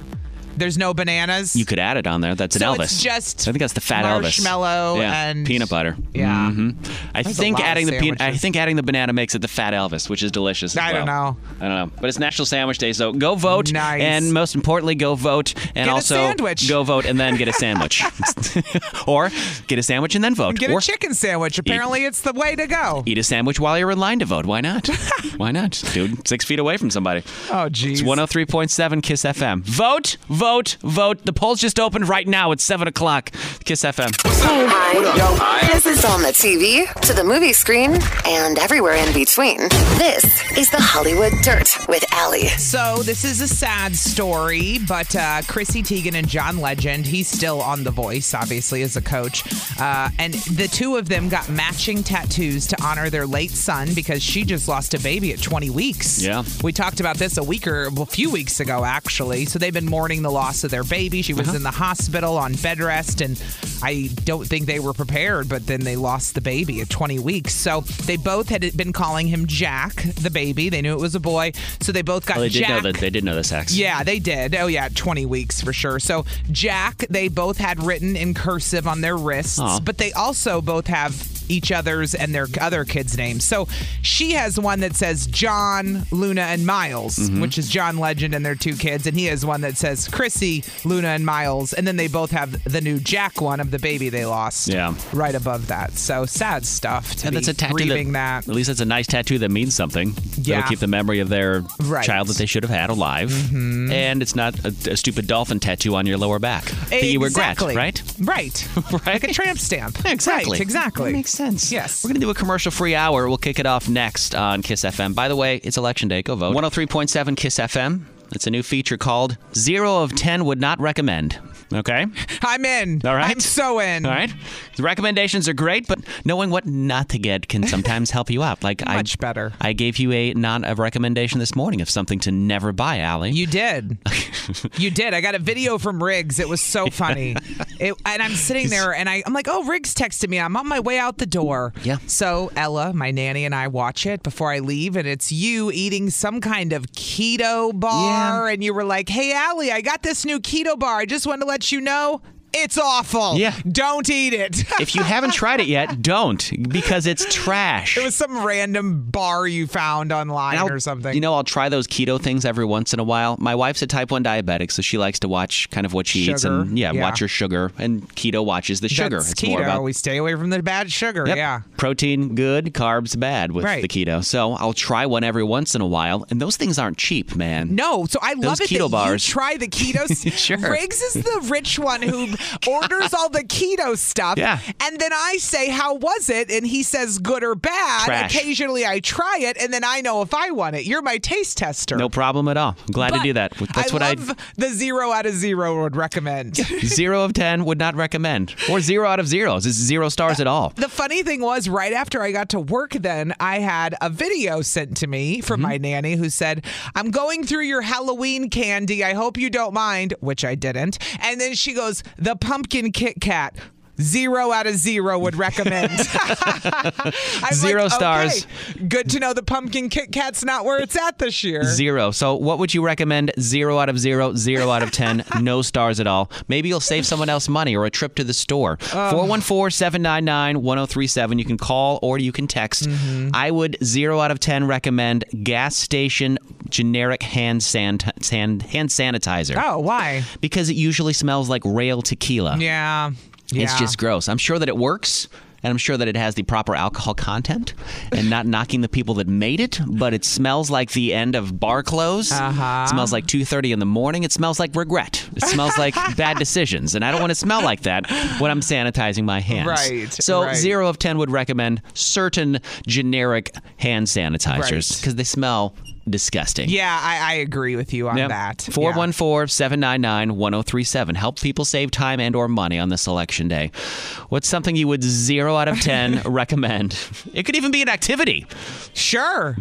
Speaker 3: There's no bananas.
Speaker 4: You could add it on there. That's
Speaker 3: So
Speaker 4: an Elvis.
Speaker 3: it's just
Speaker 4: I think that's the fat Elvis.
Speaker 3: marshmallow
Speaker 4: yeah.
Speaker 3: and-
Speaker 4: peanut butter.
Speaker 3: Yeah.
Speaker 4: hmm I
Speaker 3: That's a
Speaker 4: think
Speaker 3: lot of
Speaker 4: adding the peanut. I
Speaker 3: sandwiches.
Speaker 4: think adding the banana makes it the fat Elvis, which is delicious. as
Speaker 3: I
Speaker 4: well.
Speaker 3: don't know.
Speaker 4: I don't know. But it's National Sandwich Day, so go vote.
Speaker 3: Nice.
Speaker 4: And most importantly, go vote. And
Speaker 3: Get a
Speaker 4: also
Speaker 3: sandwich.
Speaker 4: go vote and then get a
Speaker 3: [LAUGHS]
Speaker 4: sandwich, [LAUGHS] or get a sandwich and then vote,
Speaker 3: Get
Speaker 4: or
Speaker 3: a chicken sandwich. Apparently, it's the way to go.
Speaker 4: eat a sandwich while you're in line to vote. Why
Speaker 3: [LAUGHS]
Speaker 4: not? Why not, dude? Six feet away from somebody.
Speaker 3: Oh, geez.
Speaker 4: It's 103.7 Kiss FM. Vote, vote, vote. The polls just opened right now. It's 7 o'clock. Kiss FM.
Speaker 2: Hi. This is on the TV, to the movie screen, and everywhere in between. This is the Hollywood Dirt with Allie.
Speaker 3: So this is a sad story, but uh, Chrissy Teigen and John Legend, he's still on The Voice, obviously as a coach, uh, and the two of them got matching tattoos to honor their late son because she just lost a baby at 20 weeks.
Speaker 4: Yeah.
Speaker 3: we talked about this a week or well, a few weeks ago, actually. So they've been mourning the loss of their baby. She was in the hospital on bed rest, and I don't think they were prepared. But then they lost the baby at 20 weeks. So they both had been calling him Jack, the baby. They knew it was a boy, so they both got
Speaker 4: Oh, they did
Speaker 3: Jack.
Speaker 4: know that. They did know the sex.
Speaker 3: Yeah, they did. Oh, yeah, 20 weeks for sure. So, Jack, they both had written in cursive on their wrists,
Speaker 4: Aw.
Speaker 3: but they also both have each other's and their other kids' names. So, she has one that says John, Luna, and Miles,
Speaker 4: Mm-hmm.
Speaker 3: which is John Legend and their two kids. And he has one that says Chrissy, Luna, and Miles. And then they both have the new Jack one of the baby they lost
Speaker 4: Yeah.
Speaker 3: right above that. So, sad stuff to
Speaker 4: And
Speaker 3: be
Speaker 4: that's a tattoo
Speaker 3: grieving
Speaker 4: that,
Speaker 3: that.
Speaker 4: At least that's a nice tattoo that means something.
Speaker 3: Yeah.
Speaker 4: That'll keep the memory of their
Speaker 3: Right. Mm-hmm.
Speaker 4: child that they should have had alive. And it's not a, a stupid dolphin tattoo on your lower back that you regret, [LAUGHS]
Speaker 3: Exactly.
Speaker 4: right?
Speaker 3: Right. Like a tramp stamp.
Speaker 4: [LAUGHS] Exactly.
Speaker 3: Right, exactly.
Speaker 4: That makes sense.
Speaker 3: Yes.
Speaker 4: We're going to do a commercial free hour. We'll kick it off next on Kiss FM. By the way, it's election day. Go vote. 103.7 Kiss FM. It's a new feature called Zero of 10 Would Not Recommend. Okay. [LAUGHS]
Speaker 3: I'm in.
Speaker 4: All right.
Speaker 3: I'm so in.
Speaker 4: All right. The recommendations are great, but knowing what not to get can sometimes help you out. [LAUGHS] Like I,
Speaker 3: Much better.
Speaker 4: I gave you a non a recommendation this morning of something to never buy, Allie.
Speaker 3: You
Speaker 4: [LAUGHS]
Speaker 3: did. you did. I got a video from Riggs. It was so funny. It, and I'm sitting there and I, I'm like, oh, Riggs texted me. I'm on my way out the door.
Speaker 4: Yeah.
Speaker 3: So Ella, my nanny, and I watch it before I leave. And it's you eating some kind of keto bar. And you were like, hey, Allie, I got this new keto bar. I just wanted to let you know it's awful.
Speaker 4: Yeah.
Speaker 3: Don't eat it.
Speaker 4: if you haven't tried it [LAUGHS] yet, don't because it's trash.
Speaker 3: It was some random bar you found online
Speaker 4: And I'll-
Speaker 3: or something.
Speaker 4: You know, I'll try those keto things every once in a while. My wife's a type 1 diabetic, so she likes to watch kind of what she eats
Speaker 3: Sugar,
Speaker 4: and yeah,
Speaker 3: yeah.
Speaker 4: watch her sugar and keto watches the sugar.
Speaker 3: That's
Speaker 4: it's
Speaker 3: keto.
Speaker 4: more about
Speaker 3: we stay away from the bad sugar.
Speaker 4: Yep.
Speaker 3: Yeah.
Speaker 4: Protein good, carbs bad with
Speaker 3: Right.
Speaker 4: the keto. So I'll try one every once in a while, and those things aren't cheap, man.
Speaker 3: No, so I love it
Speaker 4: keto
Speaker 3: that
Speaker 4: bars. [LAUGHS]
Speaker 3: you try the keto. s-
Speaker 4: Sure.
Speaker 3: Riggs is the rich
Speaker 4: [LAUGHS]
Speaker 3: one who orders all the keto stuff.
Speaker 4: Yeah.
Speaker 3: And then I say, "How was it?" And he says, "Good or bad."
Speaker 4: Trash.
Speaker 3: Occasionally, I try it, and then I know if I want it. You're my taste tester.
Speaker 4: No problem at all. I'm glad
Speaker 3: But
Speaker 4: to do that. That's
Speaker 3: I
Speaker 4: what
Speaker 3: love the zero out of zero would recommend.
Speaker 4: I [LAUGHS] zero of ten would not recommend, or zero out of zeros. It's zero
Speaker 3: Uh,
Speaker 4: stars at all.
Speaker 3: The funny thing was, right after I got to work, then I had a video sent to me from
Speaker 4: Mm-hmm.
Speaker 3: my nanny who said, I'm going through your Halloween candy. I hope you don't mind, which I didn't. And then she goes, The pumpkin Kit Kat. Zero out of zero would recommend. [LAUGHS] I'm
Speaker 4: Zero stars.
Speaker 3: okay, good to know the pumpkin Kit Kat's not where it's at this year.
Speaker 4: Zero. So, what would you recommend? Zero out of zero, zero out of 10, no stars at all. Maybe you'll save someone else money or a trip to the store. 414 799 1037. You can call or you can text. I would zero out of 10 recommend gas station generic hand, san- san- hand sanitizer
Speaker 3: Oh, why?
Speaker 4: because it usually smells like rail tequila.
Speaker 3: Yeah. yeah.
Speaker 4: It's just gross. I'm sure that it works. And I'm sure that it has the proper alcohol content and not [LAUGHS] knocking the people that made it, but it smells like the end of bar close.
Speaker 3: Uh-huh.
Speaker 4: It smells like 2.30 in the morning. It smells like regret. It smells
Speaker 3: [LAUGHS]
Speaker 4: like bad decisions. And I don't want to smell like that when I'm sanitizing my hands.
Speaker 3: Right,
Speaker 4: So
Speaker 3: right.
Speaker 4: zero of 10 would recommend certain generic hand sanitizers
Speaker 3: Right.
Speaker 4: because they smell disgusting.
Speaker 3: Yeah, I, I agree with you on
Speaker 4: Yep.
Speaker 3: that. Yeah.
Speaker 4: 414-799-1037. Help people save time and or money on this election day. What's something you would 0 out of
Speaker 3: [LAUGHS]
Speaker 4: 10 recommend? It could even be an activity. [LAUGHS]
Speaker 3: Sure.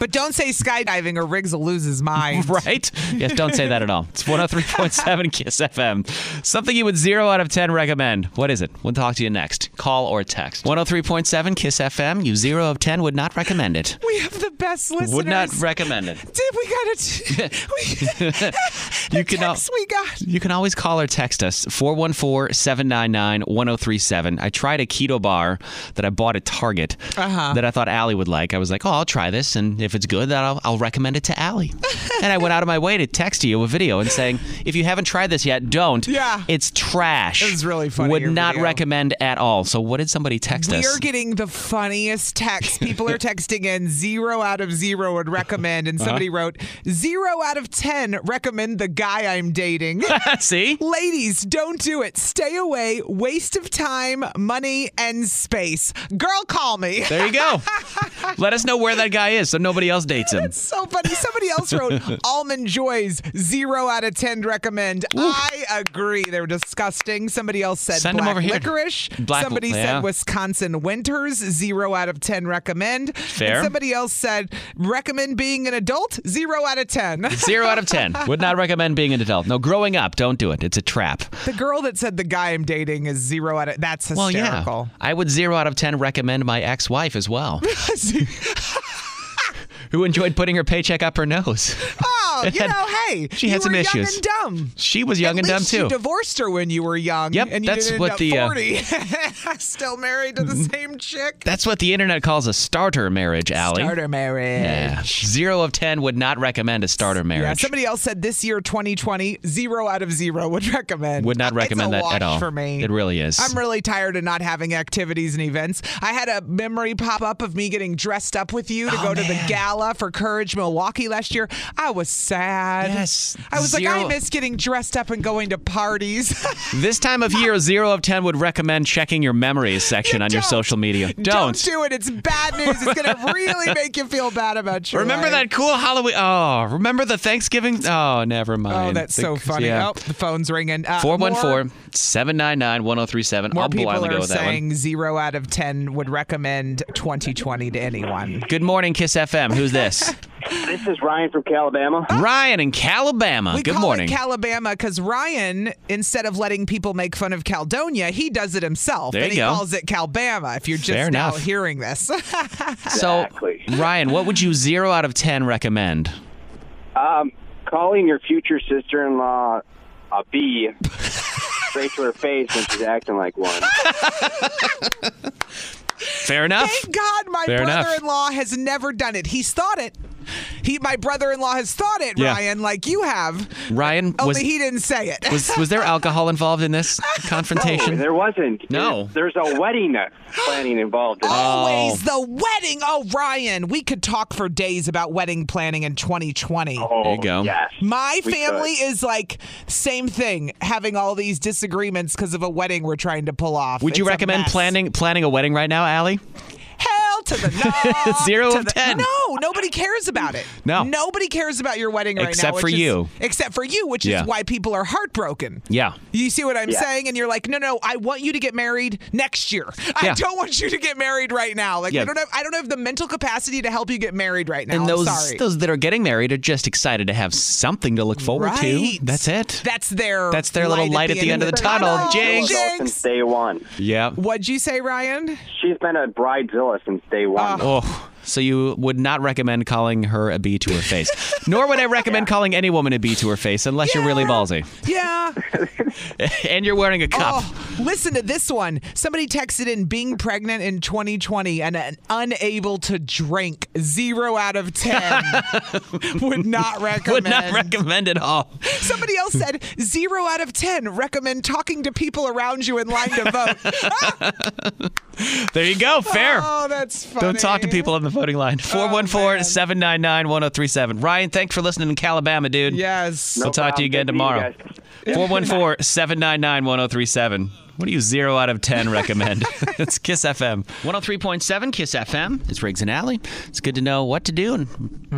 Speaker 3: but don't say skydiving or Riggs will lose his mind.
Speaker 4: [LAUGHS] Right? Yes, don't say that at all. It's
Speaker 3: [LAUGHS]
Speaker 4: 103.7 KISS FM. Something you would 0 out of 10 recommend. What is it? We'll talk to you next. Call or text. 103.7 KISS FM. You 0 of 10 would not recommend it.
Speaker 3: We have the best [LAUGHS] listeners.
Speaker 4: Would not recommend it.
Speaker 3: Did we got
Speaker 4: [LAUGHS]
Speaker 3: to we,
Speaker 4: You can al-
Speaker 3: text we got.
Speaker 4: You can always call or text us 414 799 1037. I tried a keto bar that I bought at Target
Speaker 3: Uh-huh.
Speaker 4: that I thought Allie would like. I was like, oh, I'll try this. And if it's good, then I'll, I'll recommend it to
Speaker 3: [LAUGHS]
Speaker 4: Allie. and I went out of my way to text you a video and saying, if you haven't tried this yet, don't.
Speaker 3: Yeah.
Speaker 4: It's trash.
Speaker 3: It was really funny,
Speaker 4: Would
Speaker 3: your
Speaker 4: not
Speaker 3: video.
Speaker 4: recommend at all. So, what did somebody text
Speaker 3: We
Speaker 4: us?
Speaker 3: are getting the funniest texts. People are texting in zero out of zero would recommend, and somebody
Speaker 4: Uh-huh.
Speaker 3: wrote zero out of ten recommend the guy
Speaker 4: [LAUGHS]
Speaker 3: I'm dating.
Speaker 4: [LAUGHS] See?
Speaker 3: Ladies, don't do it. Stay away. Waste of time, money, and space. Girl, call me. [LAUGHS]
Speaker 4: There you go. Let us know where that guy is so nobody else dates him.
Speaker 3: so funny. Somebody
Speaker 4: [LAUGHS]
Speaker 3: else wrote almond joys zero out of ten recommend. I agree. They're disgusting. Somebody else said
Speaker 4: Send 'em
Speaker 3: black
Speaker 4: over here.
Speaker 3: licorice.
Speaker 4: Black-
Speaker 3: somebody
Speaker 4: yeah.
Speaker 3: said Wisconsin winters zero out of ten recommend.
Speaker 4: Fair.
Speaker 3: And somebody else said recommend being an adult zero out of ten.
Speaker 4: [LAUGHS] Zero out of 10.
Speaker 3: [LAUGHS]
Speaker 4: Would not recommend being an adult. No, growing up, don't do it. It's a trap.
Speaker 3: the girl that said the guy I'm dating is zero out of that's
Speaker 4: Well,
Speaker 3: hysterical.
Speaker 4: [LAUGHS] yeah. I would zero out of 10 recommend my ex wife as
Speaker 3: [LAUGHS]
Speaker 4: well, [LAUGHS] who enjoyed putting her paycheck up her nose.
Speaker 3: oh, you know, hey,
Speaker 4: She
Speaker 3: you
Speaker 4: had some
Speaker 3: were
Speaker 4: issues.
Speaker 3: Young and dumb.
Speaker 4: She was young
Speaker 3: At
Speaker 4: and dumb,
Speaker 3: least
Speaker 4: too.
Speaker 3: You divorced her when you were young.
Speaker 4: Yep,
Speaker 3: and you
Speaker 4: that's
Speaker 3: didn't
Speaker 4: what
Speaker 3: end
Speaker 4: the, uh,
Speaker 3: up forty. [LAUGHS] Still married to the
Speaker 4: [LAUGHS]
Speaker 3: same chick.
Speaker 4: That's what the internet calls a starter marriage, Allie.
Speaker 3: Starter marriage.
Speaker 4: Yeah. Zero of 10 would not recommend a starter marriage.
Speaker 3: Yeah, somebody else said this year, 2020, zero out of zero would recommend.
Speaker 4: would not recommend
Speaker 3: it's a
Speaker 4: that at
Speaker 3: wash
Speaker 4: all.
Speaker 3: For me,
Speaker 4: It really is.
Speaker 3: I'm really tired of not having activities and events. I had a memory pop up of me getting dressed up with
Speaker 4: Oh,
Speaker 3: you to go to the gala for Courage Milwaukee last year. I was sad.
Speaker 4: Yes.
Speaker 3: I was like, I
Speaker 4: Zero-
Speaker 3: miss getting dressed up and going to parties. [LAUGHS]
Speaker 4: this time of year, zero of 10 would recommend checking your memories section on your
Speaker 3: don't.
Speaker 4: social media.
Speaker 3: Don't do it. It's bad news. It's going
Speaker 4: [LAUGHS]
Speaker 3: to really make you feel bad about your
Speaker 4: Remember
Speaker 3: life.
Speaker 4: that cool Halloween? Oh, remember the Thanksgiving? Oh, never mind.
Speaker 3: Oh, that's
Speaker 4: The-
Speaker 3: so funny.
Speaker 4: Yeah.
Speaker 3: Oh, the phone's ringing. Uh, more-
Speaker 4: 414-799-1037.
Speaker 3: More
Speaker 4: I'll
Speaker 3: people
Speaker 4: blindly
Speaker 3: are
Speaker 4: go with that one.
Speaker 3: saying zero out of 10 would recommend 2020 to anyone.
Speaker 4: Good morning, Kiss FM. Who's
Speaker 3: [LAUGHS]
Speaker 4: this?
Speaker 8: This is Ryan from Calabama.
Speaker 4: Ryan in Calabama.
Speaker 3: We
Speaker 4: Good
Speaker 3: call
Speaker 4: morning.
Speaker 3: it Calabama because Ryan, instead of letting people make fun of Caldonia, he does it himself.
Speaker 4: There
Speaker 3: and
Speaker 4: you
Speaker 3: he
Speaker 4: go.
Speaker 3: calls it Calbama if you're just
Speaker 4: Fair
Speaker 3: now
Speaker 4: enough.
Speaker 3: hearing this. [LAUGHS]
Speaker 4: so,
Speaker 8: Exactly.
Speaker 4: Ryan, what would you zero out of ten recommend?
Speaker 8: Um, calling your future sister-in-law a bee straight to her face when she's acting like one.
Speaker 4: Fair enough.
Speaker 3: Thank God my
Speaker 4: Fair enough.
Speaker 3: brother in law has never done it. He's thought it. He, my brother in law has thought it,
Speaker 4: Yeah.
Speaker 3: Ryan, like you have.
Speaker 4: Ryan
Speaker 3: Only
Speaker 4: was,
Speaker 3: he didn't say it.
Speaker 4: was was there alcohol involved in this
Speaker 8: Oh,
Speaker 4: confrontation?
Speaker 8: there wasn't.
Speaker 4: No. Uh,
Speaker 8: There's, there's a wedding planning involved. In
Speaker 3: [LAUGHS]
Speaker 8: it.
Speaker 3: Always the wedding. Oh, Ryan, we could talk for days about wedding planning in 2020.
Speaker 4: there you go.
Speaker 8: Yes.
Speaker 3: My
Speaker 8: We
Speaker 3: family is like same thing, having all these disagreements because of a wedding we're trying to pull off.
Speaker 4: Would you
Speaker 3: It's a
Speaker 4: recommend
Speaker 3: mess.
Speaker 4: [LAUGHS] planning planning a wedding right now, Allie?
Speaker 3: Hell to the no.
Speaker 4: Zero
Speaker 3: to
Speaker 4: of
Speaker 3: the-
Speaker 4: 10.
Speaker 3: No, No, nobody cares about it.
Speaker 4: No.
Speaker 3: Nobody cares about your wedding right
Speaker 4: Except
Speaker 3: now.
Speaker 4: for
Speaker 3: which is-
Speaker 4: you.
Speaker 3: Except for you, which
Speaker 4: Yeah.
Speaker 3: is why people are heartbroken.
Speaker 4: Yeah.
Speaker 3: You see what I'm
Speaker 4: Yeah.
Speaker 3: saying? And you're like, no, no, I want you to get married next year. I
Speaker 4: Yeah.
Speaker 3: don't want you to get married right now. Like,
Speaker 4: Yeah.
Speaker 3: I don't have, I don't have the mental capacity to help you get married right now.
Speaker 4: and those
Speaker 3: I'm sorry.
Speaker 4: those that are getting married are just excited to have something to look forward to.
Speaker 3: Right.
Speaker 4: That's it.
Speaker 3: That's their
Speaker 4: That's their little light at the end of the tunnel. Jinx.
Speaker 8: Since day one.
Speaker 4: Yeah.
Speaker 3: What'd you say, Ryan?
Speaker 8: She's been a bridezilla since day one.
Speaker 4: Oh, so you would not recommend calling her a bee to her
Speaker 3: [LAUGHS]
Speaker 4: face, nor would I recommend calling any woman a bee to her face unless you're really ballsy
Speaker 3: Yeah.
Speaker 4: and you're wearing a [LAUGHS] cup.
Speaker 3: Oh, listen to this one. Somebody texted in being pregnant in 2020 and, and unable to drink. Zero out
Speaker 4: [LAUGHS]
Speaker 3: of 10. would not recommend.
Speaker 4: Would not recommend at all.
Speaker 3: Somebody else said zero out of 10. Recommend talking to people around you in line to vote.
Speaker 4: There you go. [LAUGHS] Fair.
Speaker 3: Oh, that's funny. Oh,
Speaker 4: Don't talk to people on the voting line. 414 799 1037. Ryan, thanks for listening in Calabama, dude.
Speaker 3: Yes.
Speaker 4: We'll
Speaker 8: No
Speaker 4: talk to you
Speaker 8: problem.
Speaker 4: again
Speaker 8: Good meeting you
Speaker 4: tomorrow. 414 799 1037. What do you 0 out of 10
Speaker 3: [LAUGHS]
Speaker 4: recommend? it's Kiss FM. 103.7 Kiss FM. It's Riggs and Alley. It's good to know what to do and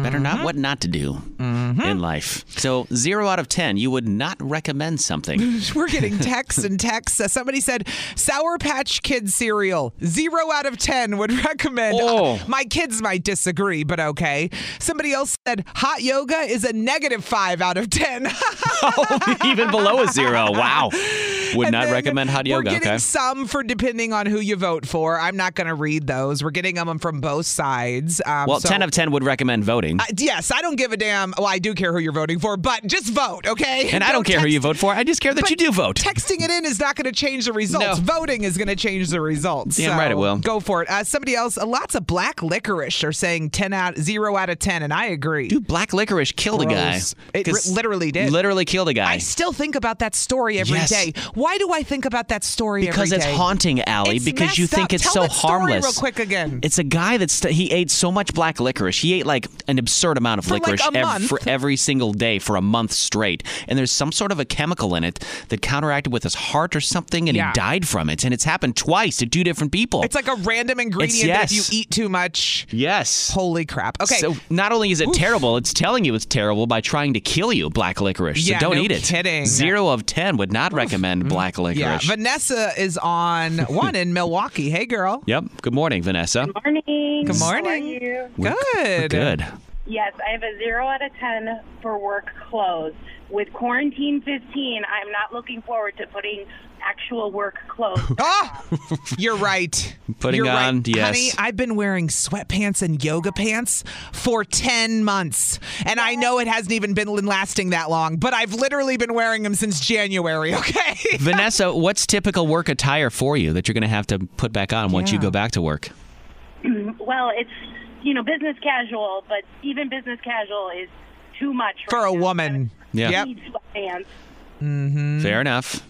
Speaker 4: better
Speaker 3: Mm-hmm.
Speaker 4: not what not to do in life. So, 0 out of 10, you would not recommend
Speaker 3: [LAUGHS]
Speaker 4: something. [LAUGHS]
Speaker 3: We're getting texts and texts. Uh, somebody said Sour Patch Kid cereal. Zero out of 10 would [LAUGHS] recommend. Uh,
Speaker 4: Oh.
Speaker 3: my kids might disagree, but okay. Somebody else said hot yoga is a negative five out of [LAUGHS] 10.
Speaker 4: Even below a 0. Wow. Would
Speaker 3: And
Speaker 4: not
Speaker 3: then
Speaker 4: recommend hot yoga.
Speaker 3: We're getting
Speaker 4: okay.
Speaker 3: some for depending on who you vote for. I'm not going to read those. We're getting them from both sides. Um,
Speaker 4: Well,
Speaker 3: so-
Speaker 4: 10 of 10 would recommend voting.
Speaker 3: Uh, yes, I don't give a damn. Well, I do care who you're voting for, but just vote, okay?
Speaker 4: and I don't care who you vote for. I just care that
Speaker 3: But
Speaker 4: you do vote.
Speaker 3: Texting it in is not going to change the results. Voting is going to change the results.
Speaker 4: Damn
Speaker 3: So
Speaker 4: right it will.
Speaker 3: Go for it. Uh, somebody else, uh, lots of black licorice are saying 10 out, 0 out of 10, and I agree.
Speaker 4: Dude, black licorice killed a guy.
Speaker 3: Gross. It
Speaker 4: 'Cause
Speaker 3: ri- literally did.
Speaker 4: Literally killed a guy.
Speaker 3: I still think about that story every day.
Speaker 4: Yes.
Speaker 3: Why do I think about that story
Speaker 4: because
Speaker 3: every
Speaker 4: it's
Speaker 3: day?
Speaker 4: haunting, Allie.
Speaker 3: It's
Speaker 4: because you
Speaker 3: messed
Speaker 4: think
Speaker 3: up.
Speaker 4: it's
Speaker 3: Tell
Speaker 4: so
Speaker 3: that story
Speaker 4: harmless.
Speaker 3: real quick again.
Speaker 4: It's a guy that's he ate so much black licorice. He ate like an absurd amount of
Speaker 3: For, like,
Speaker 4: licorice
Speaker 3: a
Speaker 4: ev-
Speaker 3: month.
Speaker 4: for every single day for a month straight. And there's some sort of a chemical in it that counteracted with his heart or something, and
Speaker 3: Yeah.
Speaker 4: he died from it. And it's happened twice to two different people.
Speaker 3: It's like a random ingredient
Speaker 4: yes.
Speaker 3: that if you eat too much.
Speaker 4: yes.
Speaker 3: Holy crap. Okay.
Speaker 4: So not only is it terrible, it's telling you it's terrible by trying to kill you, black licorice.
Speaker 3: Yeah,
Speaker 4: so don't
Speaker 3: no
Speaker 4: eat it.
Speaker 3: kidding.
Speaker 4: Zero of ten would not recommend black
Speaker 3: yeah,
Speaker 4: licorice.
Speaker 3: Vanessa is on one in Milwaukee. Hey, girl.
Speaker 4: yep. Good morning, Vanessa.
Speaker 9: Morning.
Speaker 3: Good morning.
Speaker 4: We're-
Speaker 3: Good.
Speaker 4: we're good.
Speaker 9: Yes, I have a zero out of ten for work clothes. With quarantine 15, I'm not looking forward to putting actual work
Speaker 3: [LAUGHS]
Speaker 9: clothes. Oh,
Speaker 3: Ah, you're right.
Speaker 4: [LAUGHS] Putting
Speaker 3: You're right.
Speaker 4: on- yes.
Speaker 3: Honey, I've been wearing sweatpants and yoga pants for 10 months. And I know it hasn't even been lasting that long, but I've literally been wearing them since January, [LAUGHS] okay? [LAUGHS]
Speaker 4: Vanessa, what's typical work attire for you that you're going to have to put back on once you go back to work?
Speaker 9: well, it's you know business casual, but even business casual is too much
Speaker 3: For
Speaker 9: right
Speaker 3: a
Speaker 9: now.
Speaker 3: woman.
Speaker 4: Yeah.
Speaker 9: I
Speaker 3: Yep.
Speaker 9: need sweatpants.
Speaker 3: Mm.
Speaker 4: Fair
Speaker 3: [LAUGHS]
Speaker 4: enough.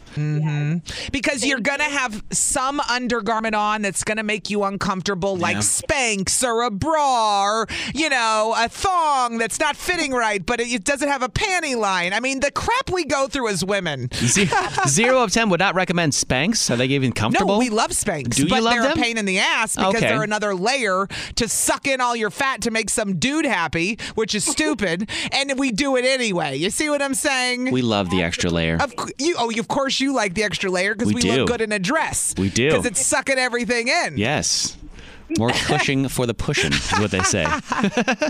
Speaker 3: Because you're going to have some undergarment on that's going to make you uncomfortable, like
Speaker 4: Yeah.
Speaker 3: Spanx or a bra or, you know, a thong that's not fitting right, but it doesn't have a panty line. I mean, the crap we go through as women.
Speaker 4: Zero, zero of ten would not recommend Spanx. Are they even comfortable?
Speaker 3: No, we love Spanx,
Speaker 4: Do you
Speaker 3: but
Speaker 4: love
Speaker 3: they're
Speaker 4: them?
Speaker 3: a pain in the ass because
Speaker 4: Okay.
Speaker 3: they're another layer to suck in all your fat to make some dude happy,
Speaker 4: [LAUGHS]
Speaker 3: which is stupid, and we do it anyway. You see what I'm saying?
Speaker 4: We love the extra layer.
Speaker 3: of cou- you, oh, you- of course you like the extra layer because
Speaker 4: We
Speaker 3: we,
Speaker 4: do.
Speaker 3: look good in a dress.
Speaker 4: We do.
Speaker 3: because it's sucking everything in.
Speaker 4: Yes. More cushing for the pushing is what they say.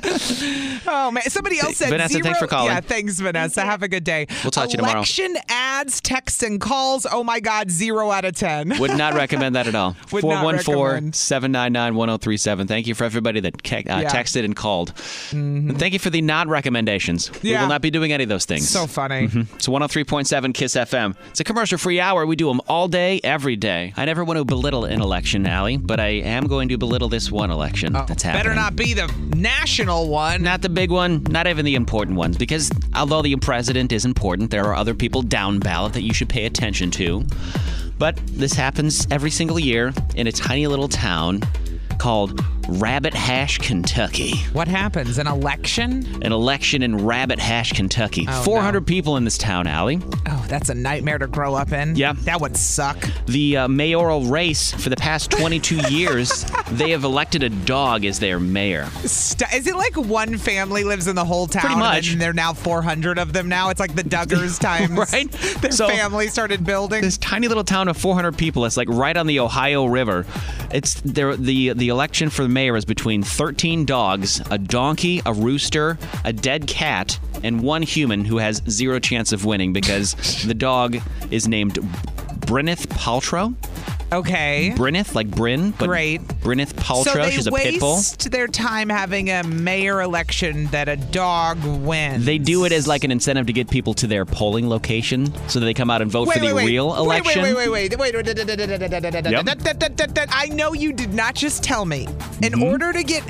Speaker 3: Oh man! Somebody else said
Speaker 4: Vanessa,
Speaker 3: zero.
Speaker 4: thanks for calling.
Speaker 3: Yeah, thanks, Vanessa. Have a good day.
Speaker 4: We'll talk to you tomorrow.
Speaker 3: Election ads, texts, and calls. Oh my God, zero out of ten.
Speaker 4: Would not recommend that at all.
Speaker 3: [LAUGHS] Would not
Speaker 4: 414 799 1037. Thank you for everybody that ke- uh,
Speaker 3: Yeah. Mm-hmm.
Speaker 4: texted and called. And thank you for the non recommendations. We
Speaker 3: Yeah.
Speaker 4: will not be doing any of those things.
Speaker 3: So funny.
Speaker 4: It's 103.7 Kiss FM. It's a commercial free hour. We do them all day, every day. I never want to belittle an election, Allie, but I am going to belittle this one election that's happening.
Speaker 3: Oh, Better not be the national one.
Speaker 4: Not the big one, not even the important ones, because although the president is important, there are other people down ballot that you should pay attention to. But this happens every single year in a tiny little town called Rabbit Hash, Kentucky.
Speaker 3: What happens? An election?
Speaker 4: An election in Rabbit Hash, Kentucky.
Speaker 3: Oh, no.
Speaker 4: 400 people in this town, Allie.
Speaker 3: Oh, that's a nightmare to grow up in.
Speaker 4: Yeah.
Speaker 3: That would suck.
Speaker 4: The uh, mayoral race for the past [LAUGHS] 22 years, they have elected a dog as their mayor.
Speaker 3: St- is it like one family lives in the whole town?
Speaker 4: Pretty much.
Speaker 3: And there are now 400 of them now. It's like the Duggars times.
Speaker 4: [LAUGHS] Right?
Speaker 3: Their
Speaker 4: So-
Speaker 3: family started building.
Speaker 4: This tiny little town of 400 people, it's like right on the Ohio River. It's there. The the election for the mayor is between 13 dogs, a donkey, a rooster, a dead cat, and one human who has zero chance of winning [LAUGHS] because the dog is named Bryneth Paltrow.
Speaker 3: okay.
Speaker 4: Bryneth, like Bryn, but
Speaker 3: Great.
Speaker 4: Bryneth Paltrow.
Speaker 3: so they
Speaker 4: She's a pit bull.
Speaker 3: waste their time having a mayor election that a dog wins.
Speaker 4: They do it as like an incentive to get people to their polling location so that they come out and vote for the real election.
Speaker 3: Wait, wait, wait, wait, wait, wait, wait, wait, wait, wait, wait,
Speaker 4: Yep.
Speaker 3: wait, wait, wait, wait, wait. I know you did not just tell me. In order to get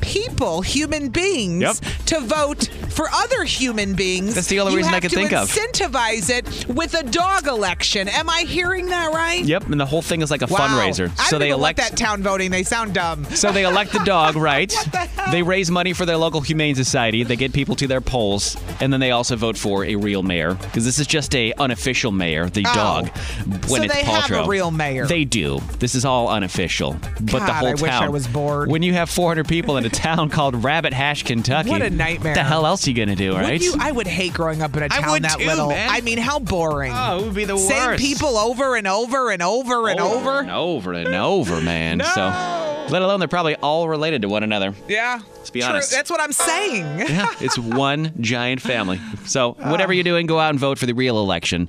Speaker 3: people, human beings,
Speaker 4: Mm-hmm. Yep.
Speaker 3: to vote for other human beings,
Speaker 4: That's the only
Speaker 3: you
Speaker 4: reason I
Speaker 3: have
Speaker 4: could
Speaker 3: to
Speaker 4: think of.
Speaker 3: Incentivize it with a dog election. Am I hearing that right?
Speaker 4: Yep, and the whole thing is like a
Speaker 3: Wow.
Speaker 4: fundraiser.
Speaker 3: I
Speaker 4: so
Speaker 3: don't
Speaker 4: they
Speaker 3: even
Speaker 4: elect
Speaker 3: like that town voting. They sound dumb.
Speaker 4: [LAUGHS] So they elect the dog,
Speaker 3: [LAUGHS]
Speaker 4: right?
Speaker 3: the hell?
Speaker 4: They raise money for their local humane society. They get people to their polls, and then they also vote for a real mayor because this is just a unofficial mayor, the
Speaker 3: Oh.
Speaker 4: dog.
Speaker 3: So
Speaker 4: Gwyneth
Speaker 3: they have a
Speaker 4: Paltrow.
Speaker 3: real mayor.
Speaker 4: They do. This is all unofficial, but
Speaker 3: God,
Speaker 4: the whole
Speaker 3: I
Speaker 4: town.
Speaker 3: wish I was bored.
Speaker 4: When you have 400 people in a town called Rabbit Hash, Kentucky,
Speaker 3: What a nightmare.
Speaker 4: The hell else are you gonna do,
Speaker 3: Would
Speaker 4: right?
Speaker 3: you- I would hate growing up in a
Speaker 4: I
Speaker 3: town
Speaker 4: would
Speaker 3: that
Speaker 4: too,
Speaker 3: little.
Speaker 4: man.
Speaker 3: I mean, how boring.
Speaker 4: Oh, it would be the
Speaker 3: Same
Speaker 4: worst.
Speaker 3: people over and over and over and over.
Speaker 4: and over and over,
Speaker 3: [LAUGHS]
Speaker 4: man. So, let alone they're probably all related to one another.
Speaker 3: Yeah. Let's
Speaker 4: be honest.
Speaker 3: That's what I'm saying.
Speaker 4: Yeah, it's one giant family. So
Speaker 3: Ah.
Speaker 4: whatever you're doing, go out and vote for the real election.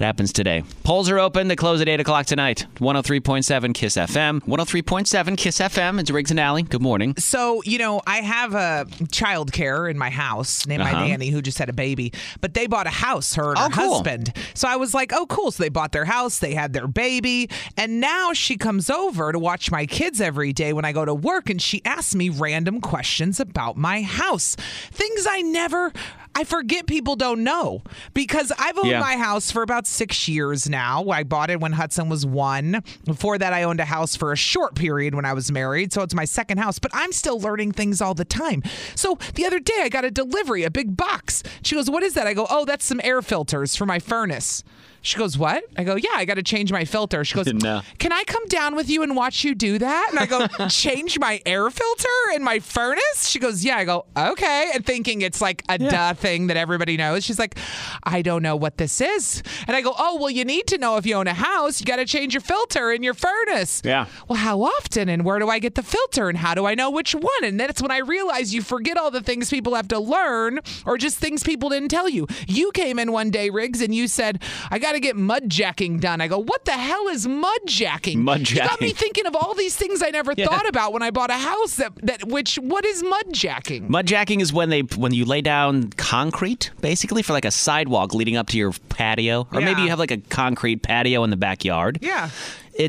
Speaker 4: It happens today. Polls are open. They close at 8 o'clock tonight. 103.7 KISS FM. 103.7 KISS FM. It's Riggs and Alley. Good morning.
Speaker 3: So, you know, I have a child care in my house named
Speaker 4: Uh-huh.
Speaker 3: my nanny who just had a baby, but they bought a house, her and
Speaker 4: Oh,
Speaker 3: her
Speaker 4: cool.
Speaker 3: husband. So I was like, oh, cool. So they bought their house, they had their baby, and now she comes over to watch my kids every day when I go to work, and she asks me random questions about my house. Things I never. I forget people don't know because I've owned
Speaker 4: Yeah.
Speaker 3: my house for about six years now. I bought it when Hudson was one. Before that, I owned a house for a short period when I was married. So it's my second house, but I'm still learning things all the time. So the other day, I got a delivery, a big box. She goes, What is that? I go, Oh, that's some air filters for my furnace. She goes, What? I go, Yeah, I got to change my filter. She
Speaker 4: [LAUGHS]
Speaker 3: goes,
Speaker 4: No.
Speaker 3: Can I come down with you and watch you do that? And
Speaker 4: [LAUGHS]
Speaker 3: I go, Change my air filter in my furnace? She goes, Yeah. I go, Okay. And thinking it's like a duh thing that everybody knows. She's like, I don't know what this is. And I go, Oh, well, you need to know if you own a house, you got to change your filter in your furnace.
Speaker 4: Yeah.
Speaker 3: Well, how often and where do I get the filter and how do I know which one? And that's when I realize you forget all the things people have to learn or just things people didn't tell you. You came in one day, Riggs, and you said, I got to get mud jacking done. I go, What the hell is mud jacking?
Speaker 4: Mud
Speaker 3: You got me
Speaker 4: jacking.
Speaker 3: thinking of all these things
Speaker 4: [LAUGHS]
Speaker 3: I never thought about when I bought a house that, that which, what is mud jacking?
Speaker 4: Mudjacking is when they when you lay down concrete, basically for like a sidewalk leading up to your patio, or maybe
Speaker 3: Yeah.
Speaker 4: you have like a concrete patio in the backyard.
Speaker 3: Yeah.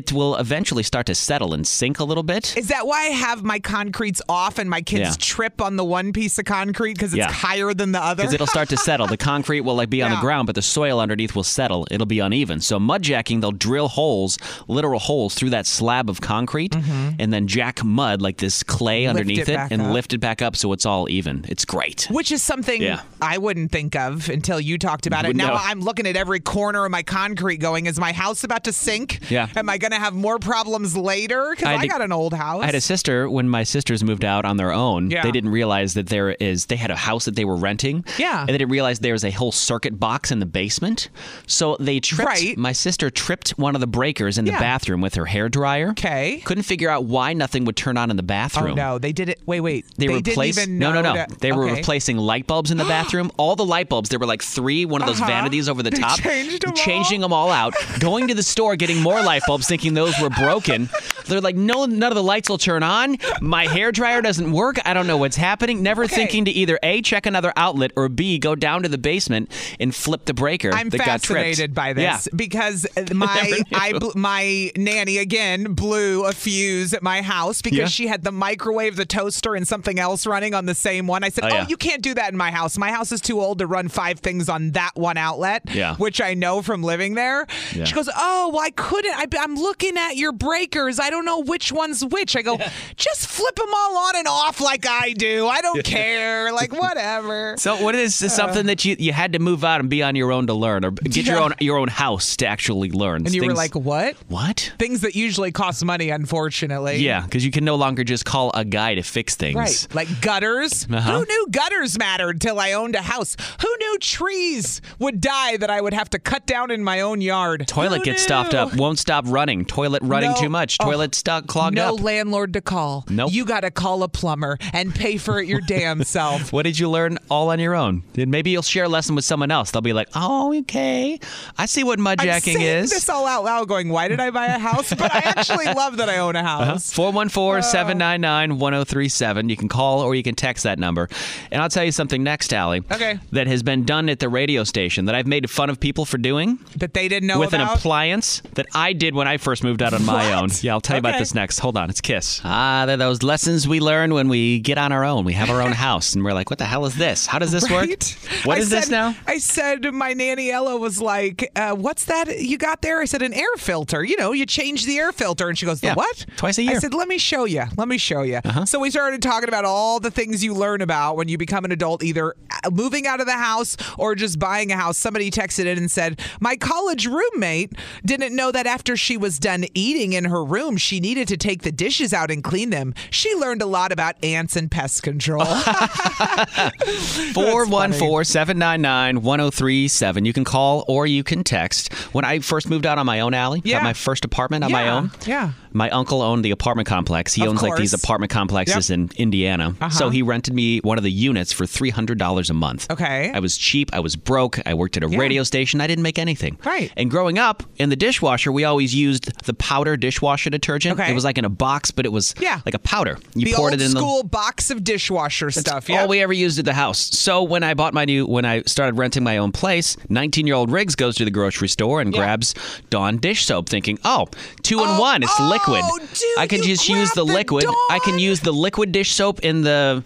Speaker 4: It will eventually start to settle and sink a little bit.
Speaker 3: Is that why I have my concretes off and my kids
Speaker 4: Yeah.
Speaker 3: trip on the one piece of concrete because it's
Speaker 4: Yeah.
Speaker 3: higher than the other?
Speaker 4: because it'll start to settle. The concrete will like be on the
Speaker 3: Yeah.
Speaker 4: ground, but the soil underneath will settle. It'll be uneven. So mud jacking, they'll drill holes, literal holes through that slab of concrete, and then jack mud like this clay underneath
Speaker 3: Mm-hmm. it
Speaker 4: it,
Speaker 3: back
Speaker 4: and
Speaker 3: up.
Speaker 4: lift it back up so it's all even. It's great.
Speaker 3: Which is something
Speaker 4: Yeah.
Speaker 3: I wouldn't think of until you talked about it.
Speaker 4: Wouldn't
Speaker 3: Now
Speaker 4: know.
Speaker 3: I'm looking at every corner of my concrete going, is my house about to sink?
Speaker 4: Yeah.
Speaker 3: Am I going to have more problems later? Because
Speaker 4: I
Speaker 3: I,
Speaker 4: had to-
Speaker 3: got an old house.
Speaker 4: I had a sister when my sisters moved out on their own.
Speaker 3: Oh, Yeah.
Speaker 4: They didn't realize that there is they had a house that they were renting.
Speaker 3: Yeah.
Speaker 4: And they didn't realize there was a whole circuit box in the basement. So they tripped
Speaker 3: Right.
Speaker 4: my sister tripped one of the breakers in the
Speaker 3: Yeah.
Speaker 4: bathroom with her hair dryer.
Speaker 3: Okay.
Speaker 4: Couldn't figure out why nothing would turn on in the
Speaker 3: Oh,
Speaker 4: bathroom.
Speaker 3: no. They did it. Wait, wait.
Speaker 4: They,
Speaker 3: didn't
Speaker 4: replaced
Speaker 3: even
Speaker 4: no no
Speaker 3: know
Speaker 4: no.
Speaker 3: that-
Speaker 4: They were
Speaker 3: okay.
Speaker 4: replacing light bulbs in
Speaker 3: [GASPS]
Speaker 4: the bathroom. All the light bulbs. There were like three. One of those
Speaker 3: Uh-huh.
Speaker 4: vanities over the
Speaker 3: [LAUGHS] They
Speaker 4: top.
Speaker 3: changed 'em
Speaker 4: changing
Speaker 3: all.
Speaker 4: them all out. Going to the store, getting more light bulbs, thinking those were broken. They're like, no, none of the lights will turn on. My hair dryer doesn't work. I don't know what's happening. Never thinking to either a check another outlet or b go down to the basement and flip the breaker.
Speaker 3: I'm
Speaker 4: that got tripped.
Speaker 3: fascinated by
Speaker 4: Yeah.
Speaker 3: this
Speaker 4: [LAUGHS]
Speaker 3: because my
Speaker 4: never
Speaker 3: I
Speaker 4: knew.
Speaker 3: bl- my nanny again blew a fuse at my house because
Speaker 4: Yeah.
Speaker 3: she had the microwave, the toaster, and something else running on the same one. I said,
Speaker 4: Oh,
Speaker 3: "Oh,
Speaker 4: yeah.
Speaker 3: you can't do that in my house. My house is too old to run five things on that one outlet."
Speaker 4: Yeah.
Speaker 3: which I know from living there.
Speaker 4: Yeah.
Speaker 3: She goes, "Oh, well, I couldn't. I, I'm looking at your breakers. I don't don't know which one's which. I go, just flip them all on and off like I do.
Speaker 4: [LAUGHS]
Speaker 3: I don't care. Like whatever.
Speaker 4: So what is
Speaker 3: Uh.
Speaker 4: this, something that you, you had to move out and be on your own to learn
Speaker 3: [LAUGHS]
Speaker 4: or get your
Speaker 3: Yeah.
Speaker 4: own your own house to actually learn?
Speaker 3: And you were
Speaker 4: Things-
Speaker 3: like, what?
Speaker 4: What?
Speaker 3: Things that usually cost money, unfortunately.
Speaker 4: Yeah, because you can no longer just call a guy to fix things.
Speaker 3: Right. Like gutters.
Speaker 4: Uh-huh.
Speaker 3: Who knew gutters mattered till I owned a house? Who knew trees would die that I would have to cut down in my own yard?
Speaker 4: Toilet
Speaker 3: Who
Speaker 4: gets stopped
Speaker 3: knew?
Speaker 4: up, won't stop running. Toilet running
Speaker 3: No.
Speaker 4: too much.
Speaker 3: Oh.
Speaker 4: Toilet stuck, clogged
Speaker 3: no
Speaker 4: up.
Speaker 3: landlord to call.
Speaker 4: Nope.
Speaker 3: You got to call a plumber and pay for
Speaker 4: [LAUGHS]
Speaker 3: it your damn self.
Speaker 4: What did you learn all on your own? Then maybe you'll share a lesson with someone else. They'll be like, "Oh, okay, I see what mudjacking
Speaker 3: I'm saying
Speaker 4: is."
Speaker 3: this all out loud going, why did I buy a house? But I
Speaker 4: [LAUGHS]
Speaker 3: actually love that I own a house.
Speaker 4: Uh-huh. 414 799 1037. You can call or you can text that number. And I'll tell you something next, Allie.
Speaker 3: Okay.
Speaker 4: That has been done at the radio station that I've made fun of people for doing
Speaker 3: That they didn't know
Speaker 4: with an
Speaker 3: about.
Speaker 4: appliance that I did when I first moved out on my own. Yeah, I'll tell you about
Speaker 3: Okay.
Speaker 4: this next. Hold on, it's Kiss. Ah, they're those lessons we learn when we get on our own. We have our own [LAUGHS] house and we're like, what the hell is this? How does this
Speaker 3: Right?
Speaker 4: work? What
Speaker 3: I
Speaker 4: is this
Speaker 3: said-
Speaker 4: now?
Speaker 3: I said my nanny Ella was like, uh, "What's that you got there?" I said, "An air filter." You know, you change the air filter, and she goes, "The
Speaker 4: Yeah,
Speaker 3: what?"
Speaker 4: twice a
Speaker 3: I
Speaker 4: year. Uh-huh.
Speaker 3: said, "Let me show you. Let me show you." So we started talking about all the things you learn about when you become an adult, either uh, moving out of the house or just buying a house. Somebody texted in and said, "My college roommate didn't know that after she was done eating in her room, she needed to take the dishes out and clean them. She learned a lot about ants and pest control."
Speaker 4: [LAUGHS] 414 799 1037. You can call or you can text. When I first moved out on my own alley,
Speaker 3: Yeah.
Speaker 4: got my first apartment on my
Speaker 3: Yeah,
Speaker 4: own.
Speaker 3: yeah.
Speaker 4: My uncle owned the apartment complex. He
Speaker 3: Of
Speaker 4: owns like these
Speaker 3: course. Uh-huh.
Speaker 4: apartment complexes in Indiana. So he rented me one of the units for $300 a month.
Speaker 3: Okay.
Speaker 4: I was cheap. I was broke. I worked at a radio station. I didn't make anything.
Speaker 3: Right.
Speaker 4: And growing up in the dishwasher, we always used the powder dishwasher detergent.
Speaker 3: Okay.
Speaker 4: It was like in a box, but it was
Speaker 3: Yeah.
Speaker 4: like a powder. You
Speaker 3: the
Speaker 4: poured
Speaker 3: old
Speaker 4: it in the
Speaker 3: school box of dishwasher stuff. Yeah.
Speaker 4: all we ever used at the house. So when I bought my new, when I started renting my own place, 19 year old Riggs goes to the grocery store and grabs Dawn dish soap, thinking, oh, two in
Speaker 3: Oh,
Speaker 4: one, it's liquid.
Speaker 3: oh, dude,
Speaker 4: I could
Speaker 3: you
Speaker 4: just use
Speaker 3: grabbed
Speaker 4: the
Speaker 3: the
Speaker 4: liquid. I can
Speaker 3: Dawn.
Speaker 4: use the liquid dish soap in the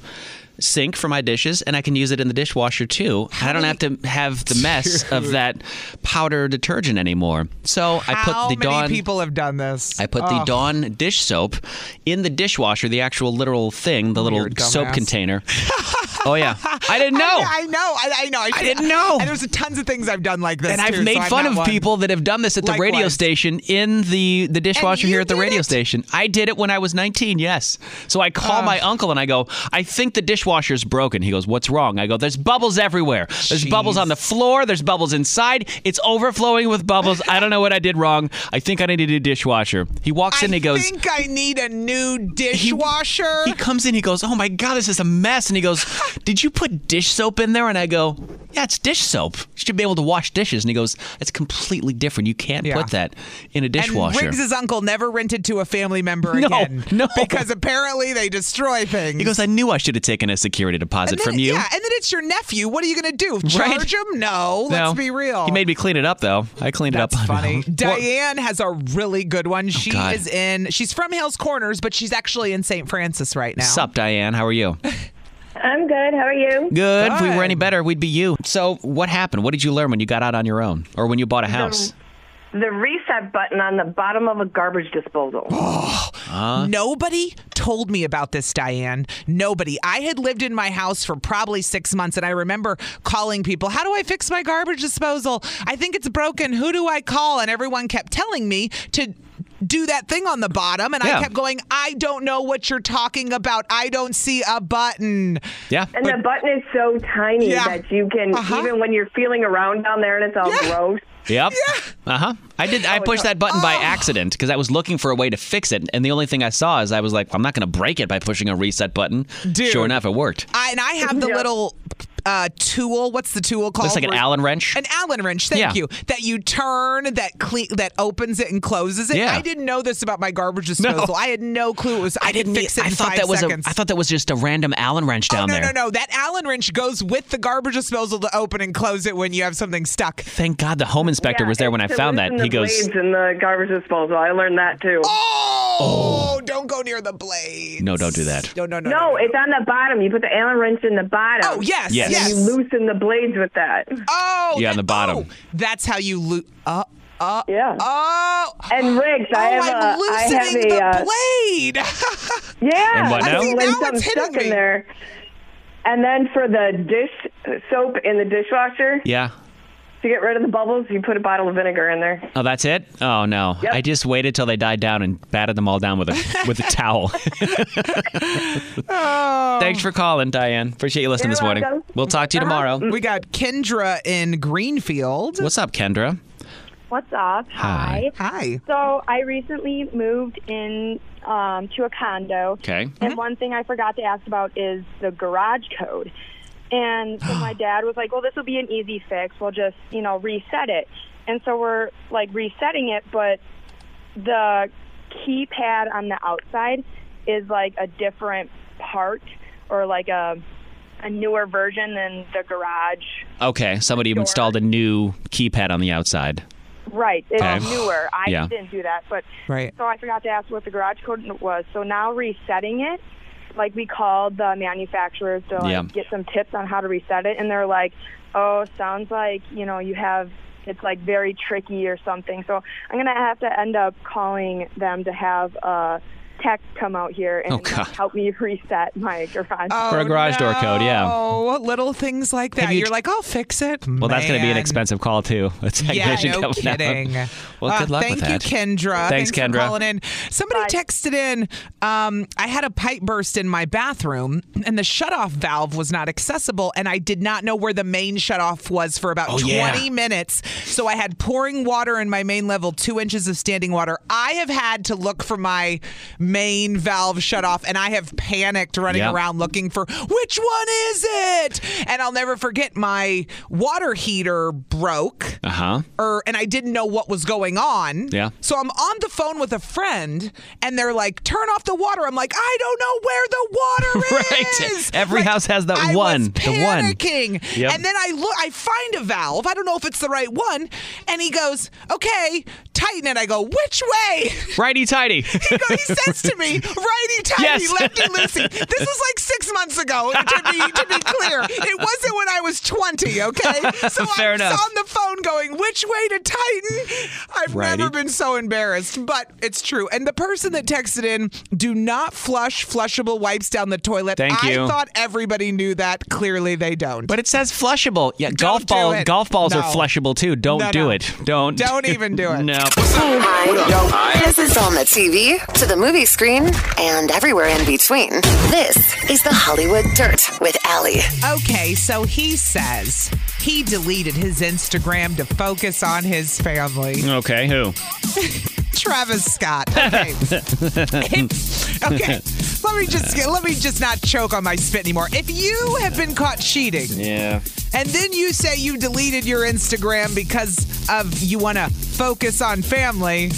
Speaker 4: sink for my dishes and I can use it in the dishwasher too. I don't have to have the mess of that powder detergent anymore. So I put
Speaker 3: How
Speaker 4: the
Speaker 3: many
Speaker 4: Dawn
Speaker 3: people have done this? Oh.
Speaker 4: I put the Dawn dish soap in the dishwasher, the actual literal thing, the little
Speaker 3: Weird
Speaker 4: soap
Speaker 3: Oh, dumbass.
Speaker 4: container. oh yeah, I didn't know.
Speaker 3: [LAUGHS] I, I know. I, I know. I, should- [LAUGHS]
Speaker 4: didn't know.
Speaker 3: And there's tons of things I've done like this.
Speaker 4: and I've
Speaker 3: too, so
Speaker 4: made
Speaker 3: I'm
Speaker 4: fun
Speaker 3: not
Speaker 4: of
Speaker 3: one.
Speaker 4: people that have done this at the radio
Speaker 3: Likewise.
Speaker 4: station in the, the dishwasher
Speaker 3: you
Speaker 4: here at the
Speaker 3: did
Speaker 4: radio
Speaker 3: it?
Speaker 4: station. I did it when I was 19, yes. So I call my uncle and I go, I think the dishwasher's broken. He goes, What's wrong? I go, There's bubbles everywhere. There's bubbles on the floor. There's bubbles inside. It's overflowing with bubbles. I don't know what I did wrong. I think I need a new dishwasher. He walks in and
Speaker 3: I
Speaker 4: he goes,
Speaker 3: think I need a new dishwasher.
Speaker 4: He comes in, he goes, Oh my God, this is a mess. And he
Speaker 3: [LAUGHS]
Speaker 4: goes, Did you put dish soap in there? And I go, Yeah, it's dish soap. You should be able to wash dishes. And he goes, That's completely different. You can't
Speaker 3: Yeah.
Speaker 4: put that in a
Speaker 3: and
Speaker 4: dishwasher.
Speaker 3: Riggs' uncle never rented to a family member
Speaker 4: No,
Speaker 3: again.
Speaker 4: no.
Speaker 3: Because apparently they destroy things.
Speaker 4: he goes, I knew I should have taken a security deposit
Speaker 3: and then,
Speaker 4: from you.
Speaker 3: Yeah, and then it's your nephew. What are you going to do? Charge
Speaker 4: [LAUGHS] Right.
Speaker 3: him? No,
Speaker 4: No.
Speaker 3: Let's be real.
Speaker 4: He made me clean it up, though. I cleaned
Speaker 3: That's
Speaker 4: it up. on my
Speaker 3: funny.
Speaker 4: own.
Speaker 3: Diane has a really good one. She
Speaker 4: God.
Speaker 3: is in. She's from Hills Corners, but she's actually in St. Francis right now.
Speaker 4: What's up, Diane? How are
Speaker 3: [LAUGHS]
Speaker 4: you?
Speaker 9: I'm good. How are you?
Speaker 4: Good. If we were any
Speaker 3: Good.
Speaker 4: better, we'd be you. So, what happened? What did you learn when you got out on your own or when you bought a house?
Speaker 6: The reset button on the bottom of a garbage
Speaker 3: [GASPS]
Speaker 6: disposal.
Speaker 3: Nobody told me about this, Diane. Nobody. I had lived in my house for probably six months, and I remember calling people, How do I fix my garbage disposal? I think it's broken. Who do I call? And everyone kept telling me to. Do that thing on the bottom, and
Speaker 4: Yeah.
Speaker 3: I kept going. I don't know what you're talking about. I don't see a button.
Speaker 4: Yeah.
Speaker 6: And the button is so tiny
Speaker 3: Yeah.
Speaker 6: that you can,
Speaker 3: Uh-huh.
Speaker 6: even when you're feeling around down there and it's all
Speaker 3: Yeah. Oh,
Speaker 6: gross.
Speaker 4: Yep. Uh huh. I did. I pushed that button by accident because I was looking for a way to fix it, and the only thing I saw is I was like, I'm not going to break it by pushing a reset button.
Speaker 3: Dude.
Speaker 4: Sure enough, it worked.
Speaker 3: I, and I have the
Speaker 6: Yeah.
Speaker 3: little uh, tool. What's the tool called?
Speaker 4: Looks like an
Speaker 3: Where-
Speaker 4: Allen wrench.
Speaker 3: An Allen wrench. Thank
Speaker 4: Yeah.
Speaker 3: you. That you turn, that clean, that opens it and closes it.
Speaker 4: Yeah.
Speaker 3: I didn't know this about my garbage disposal. I had no clue it was. I, could fix it.
Speaker 4: I
Speaker 3: in
Speaker 4: thought
Speaker 3: five
Speaker 4: that was
Speaker 3: seconds.
Speaker 4: a. I thought that was just a random Allen wrench
Speaker 3: Oh,
Speaker 4: down
Speaker 3: no,
Speaker 4: there.
Speaker 3: no, no. That Allen wrench goes with the garbage disposal to open and close it when you have something stuck.
Speaker 4: Thank God the home inspector was there when I
Speaker 6: it's to
Speaker 4: found that.
Speaker 6: loosen
Speaker 4: He
Speaker 6: the
Speaker 4: goes,
Speaker 6: blades in the garbage disposal. I learned that too.
Speaker 3: Oh, don't go near the blade.
Speaker 4: No, don't do that.
Speaker 3: No, no, no.
Speaker 6: No, it's on the bottom. You put the Allen wrench in the bottom.
Speaker 3: Oh, yes.
Speaker 4: Yes.
Speaker 3: Yes.
Speaker 6: You loosen the blades with that.
Speaker 3: Oh,
Speaker 4: Yeah, on
Speaker 3: that-
Speaker 4: the bottom.
Speaker 3: oh, that's how you loot. Uh, Uh,
Speaker 10: yeah.
Speaker 3: Oh.
Speaker 10: And Riggs, I
Speaker 3: Oh,
Speaker 10: have
Speaker 3: I'm
Speaker 10: a, I have
Speaker 3: loosening
Speaker 10: a,
Speaker 3: the
Speaker 10: uh,
Speaker 3: blade. [LAUGHS]
Speaker 10: Yeah,
Speaker 11: And what now? See,
Speaker 10: when
Speaker 11: now
Speaker 10: something's
Speaker 11: it's hitting
Speaker 10: stuck
Speaker 11: me.
Speaker 10: in there. And then for the dish soap in the dishwasher,
Speaker 4: Yeah.
Speaker 10: to get rid of the bubbles, you put a bottle of vinegar in there.
Speaker 4: Oh, that's it. Oh no!
Speaker 10: Yep.
Speaker 4: I just waited till they died down and batted them all down with a
Speaker 3: [LAUGHS]
Speaker 4: with a towel.
Speaker 3: Oh.
Speaker 4: Thanks for calling, Diane. Appreciate you listening this morning. We'll talk
Speaker 3: Uh-huh.
Speaker 4: to you tomorrow.
Speaker 3: We got Kendra in Greenfield.
Speaker 4: What's up, Kendra?
Speaker 5: What's up?
Speaker 4: Hi.
Speaker 3: Hi.
Speaker 5: So I recently moved in um, to a condo.
Speaker 4: Okay.
Speaker 5: And one thing I forgot to ask about is the garage code. And so my dad was like, "Well, this will be an easy fix. We'll just, you know, reset it." And so we're like resetting it, but the keypad on the outside is like a different part or like a a newer version than the garage
Speaker 4: Okay. Somebody installed a new keypad on the outside.
Speaker 5: Right. It's
Speaker 4: Okay.
Speaker 5: newer. I
Speaker 4: Yeah.
Speaker 5: didn't do that, but
Speaker 4: Right.
Speaker 5: so I forgot to ask what the garage code was. So now resetting it, like we called the manufacturers to like
Speaker 4: Yeah.
Speaker 5: get some tips on how to reset it, and they're like, "Oh, sounds like you know you have." It's like very tricky or something. So I'm gonna have to end up calling them to have a tech come out here and
Speaker 4: Oh, God.
Speaker 5: help me [LAUGHS] reset my garage.
Speaker 4: For a garage door code, yeah.
Speaker 3: Oh, little things like that.
Speaker 4: you-
Speaker 3: You, are like, I'll fix it.
Speaker 4: Well, that's going to be an
Speaker 3: Man.
Speaker 4: expensive call too. [LAUGHS] A
Speaker 3: Yeah,
Speaker 4: technician
Speaker 3: no
Speaker 4: coming out.
Speaker 3: kidding.
Speaker 4: [LAUGHS] Well, good
Speaker 3: Uh,
Speaker 4: luck
Speaker 3: thank
Speaker 4: with that.
Speaker 3: you, Kendra.
Speaker 4: Thanks,
Speaker 3: for
Speaker 4: Kendra.
Speaker 3: calling in. Somebody texted in. Um, I had a pipe burst in my bathroom, and the shutoff valve was not accessible, and I did not know where the main shutoff was for about
Speaker 12: Oh,
Speaker 3: 20
Speaker 12: yeah.
Speaker 3: minutes. So I had pouring water in my main level, two inches of standing water. I have had to look for my main valve shutoff, and I have panicked running
Speaker 12: Yeah.
Speaker 3: around looking for which one is it. And I'll never forget my water heater broke
Speaker 4: Uh huh.
Speaker 3: or er, and I didn't know what was going on.
Speaker 4: Yeah.
Speaker 3: So I'm on the phone with a friend and they're like, turn off the water. I'm like, I don't know where the water is.
Speaker 4: [LAUGHS] Right. Every house has that one. the one.
Speaker 3: Panicking.
Speaker 4: Yep.
Speaker 3: And then I look I find a valve. I don't know if it's the right one. And he goes, Okay, tighten it. I go, which way?
Speaker 4: [LAUGHS] Righty tighty. [LAUGHS]
Speaker 3: He says to me, righty tighty,
Speaker 4: Yes.
Speaker 3: lefty loosey. This was like six months ago, to be, to be clear. It wasn't when I was 20, okay? So
Speaker 4: [LAUGHS] Fair
Speaker 3: I'm
Speaker 4: enough.
Speaker 3: on the phone going, which way to tighten? I've
Speaker 4: Righty.
Speaker 3: never been so embarrassed, but it's true. And the person that texted in, do not flush flushable wipes down the toilet.
Speaker 4: Thank
Speaker 3: I
Speaker 4: you.
Speaker 3: thought everybody knew that. Clearly they don't.
Speaker 4: But it says flushable. Yeah, golf
Speaker 3: do
Speaker 4: ball.
Speaker 3: it.
Speaker 4: Golf balls are
Speaker 3: No.
Speaker 4: flushable too. Don't
Speaker 3: No,
Speaker 4: do
Speaker 3: no.
Speaker 4: it. Don't.
Speaker 3: Don't even do it.
Speaker 4: [LAUGHS] no.
Speaker 13: Hi. This is on the TV, to the movie screen, and everywhere in between. This is the Hollywood Dirt with Allie.
Speaker 3: Okay, so he says he deleted his Instagram to focus on his family.
Speaker 4: Okay, who?
Speaker 3: Travis Scott. Okay. okay. Let me just let me just not choke on my spit anymore. If you have been caught cheating,
Speaker 4: yeah.
Speaker 3: and then you say you deleted your Instagram because of you want to focus on family.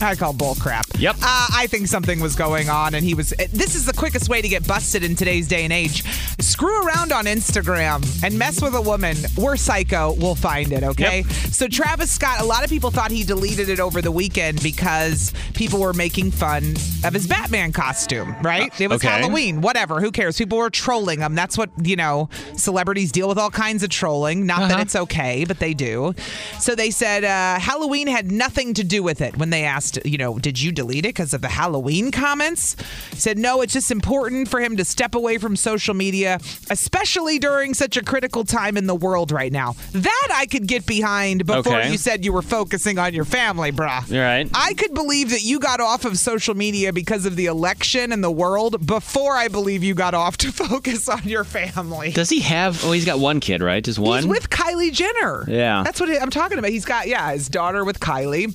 Speaker 3: I call bull crap. Yep. Uh, I think something was going on, and he was. This is the quickest way to get busted in today's day and age. Screw around on Instagram and mess with a woman. We're psycho. We'll find it, okay? So, Travis Scott, a lot of people thought he deleted it over the weekend because people were making fun of his Batman costume, right? It was
Speaker 12: okay.
Speaker 3: Halloween. Halloween, whatever. Who cares? People were trolling them. That's what, you know, celebrities deal with all kinds of trolling. Not
Speaker 4: Uh-huh.
Speaker 3: that it's okay, but they do. So they said uh, Halloween had nothing to do with it when they asked, you know, did you delete it because of the Halloween comments? Said, no, it's just important for him to step away from social media, especially during such a critical time in the world right now. That I could get behind before
Speaker 4: Okay.
Speaker 3: you said you were focusing on your family, bruh.
Speaker 4: All right.
Speaker 3: I could believe that you got off of social media because of the election and the world before I believe you got off to [LAUGHS] focus on your family.
Speaker 4: Does he have? Oh, he's got one kid, right? Just one.
Speaker 3: He's with Kylie Jenner.
Speaker 4: Yeah.
Speaker 3: That's what I'm talking about. He's got, yeah, his daughter with Kylie.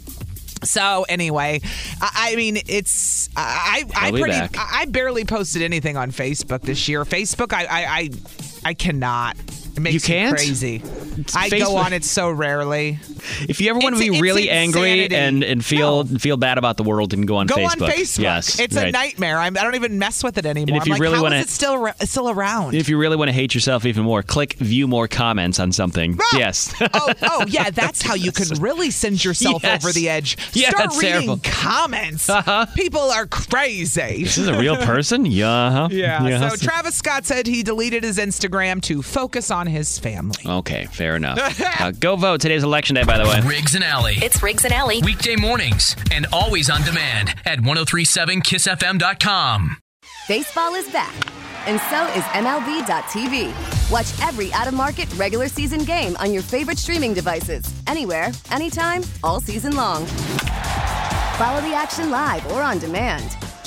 Speaker 3: So anyway, I, I mean, it's I I, I
Speaker 4: I'll be
Speaker 3: pretty
Speaker 4: back.
Speaker 3: I I barely posted anything on Facebook this year. Facebook, I I I, I cannot. It makes
Speaker 4: can't?
Speaker 3: me crazy. I go
Speaker 4: Facebook-
Speaker 3: on it so rarely.
Speaker 4: If you ever want to be really angry and, and feel feel bad about the world, and go on
Speaker 3: Go
Speaker 4: Facebook.
Speaker 3: on Facebook.
Speaker 4: Yes,
Speaker 3: it's a
Speaker 4: right.
Speaker 3: nightmare. I'm, I don't even mess with it anymore.
Speaker 4: if
Speaker 3: I'm
Speaker 4: you
Speaker 3: like,
Speaker 4: really
Speaker 3: how
Speaker 4: wanna-
Speaker 3: is it still ar- still around?
Speaker 4: If you really want to hate yourself even more, click view more comments on something. Yes.
Speaker 3: [LAUGHS]
Speaker 4: [LAUGHS]
Speaker 3: oh, oh, yeah, that's how you can really send yourself
Speaker 4: Yes.
Speaker 3: over the edge.
Speaker 4: Yeah,
Speaker 3: Start
Speaker 4: it's
Speaker 3: reading
Speaker 4: terrible. Uh-huh.
Speaker 3: comments. People are crazy.
Speaker 4: this is a real person? Yeah.
Speaker 3: Yeah, so Travis Scott said he deleted his Instagram to focus on his family.
Speaker 4: Okay, fair enough. Uh, go vote. Today's election day, by the way.
Speaker 1: Riggs and Alley.
Speaker 2: It's Riggs and Alley.
Speaker 1: Weekday mornings and always on demand at 1037kissfm.com.
Speaker 13: Baseball is back, and so is MLB.tv. Watch every out of market regular season game on your favorite streaming devices, anywhere, anytime, all season long. Follow the action live or on demand.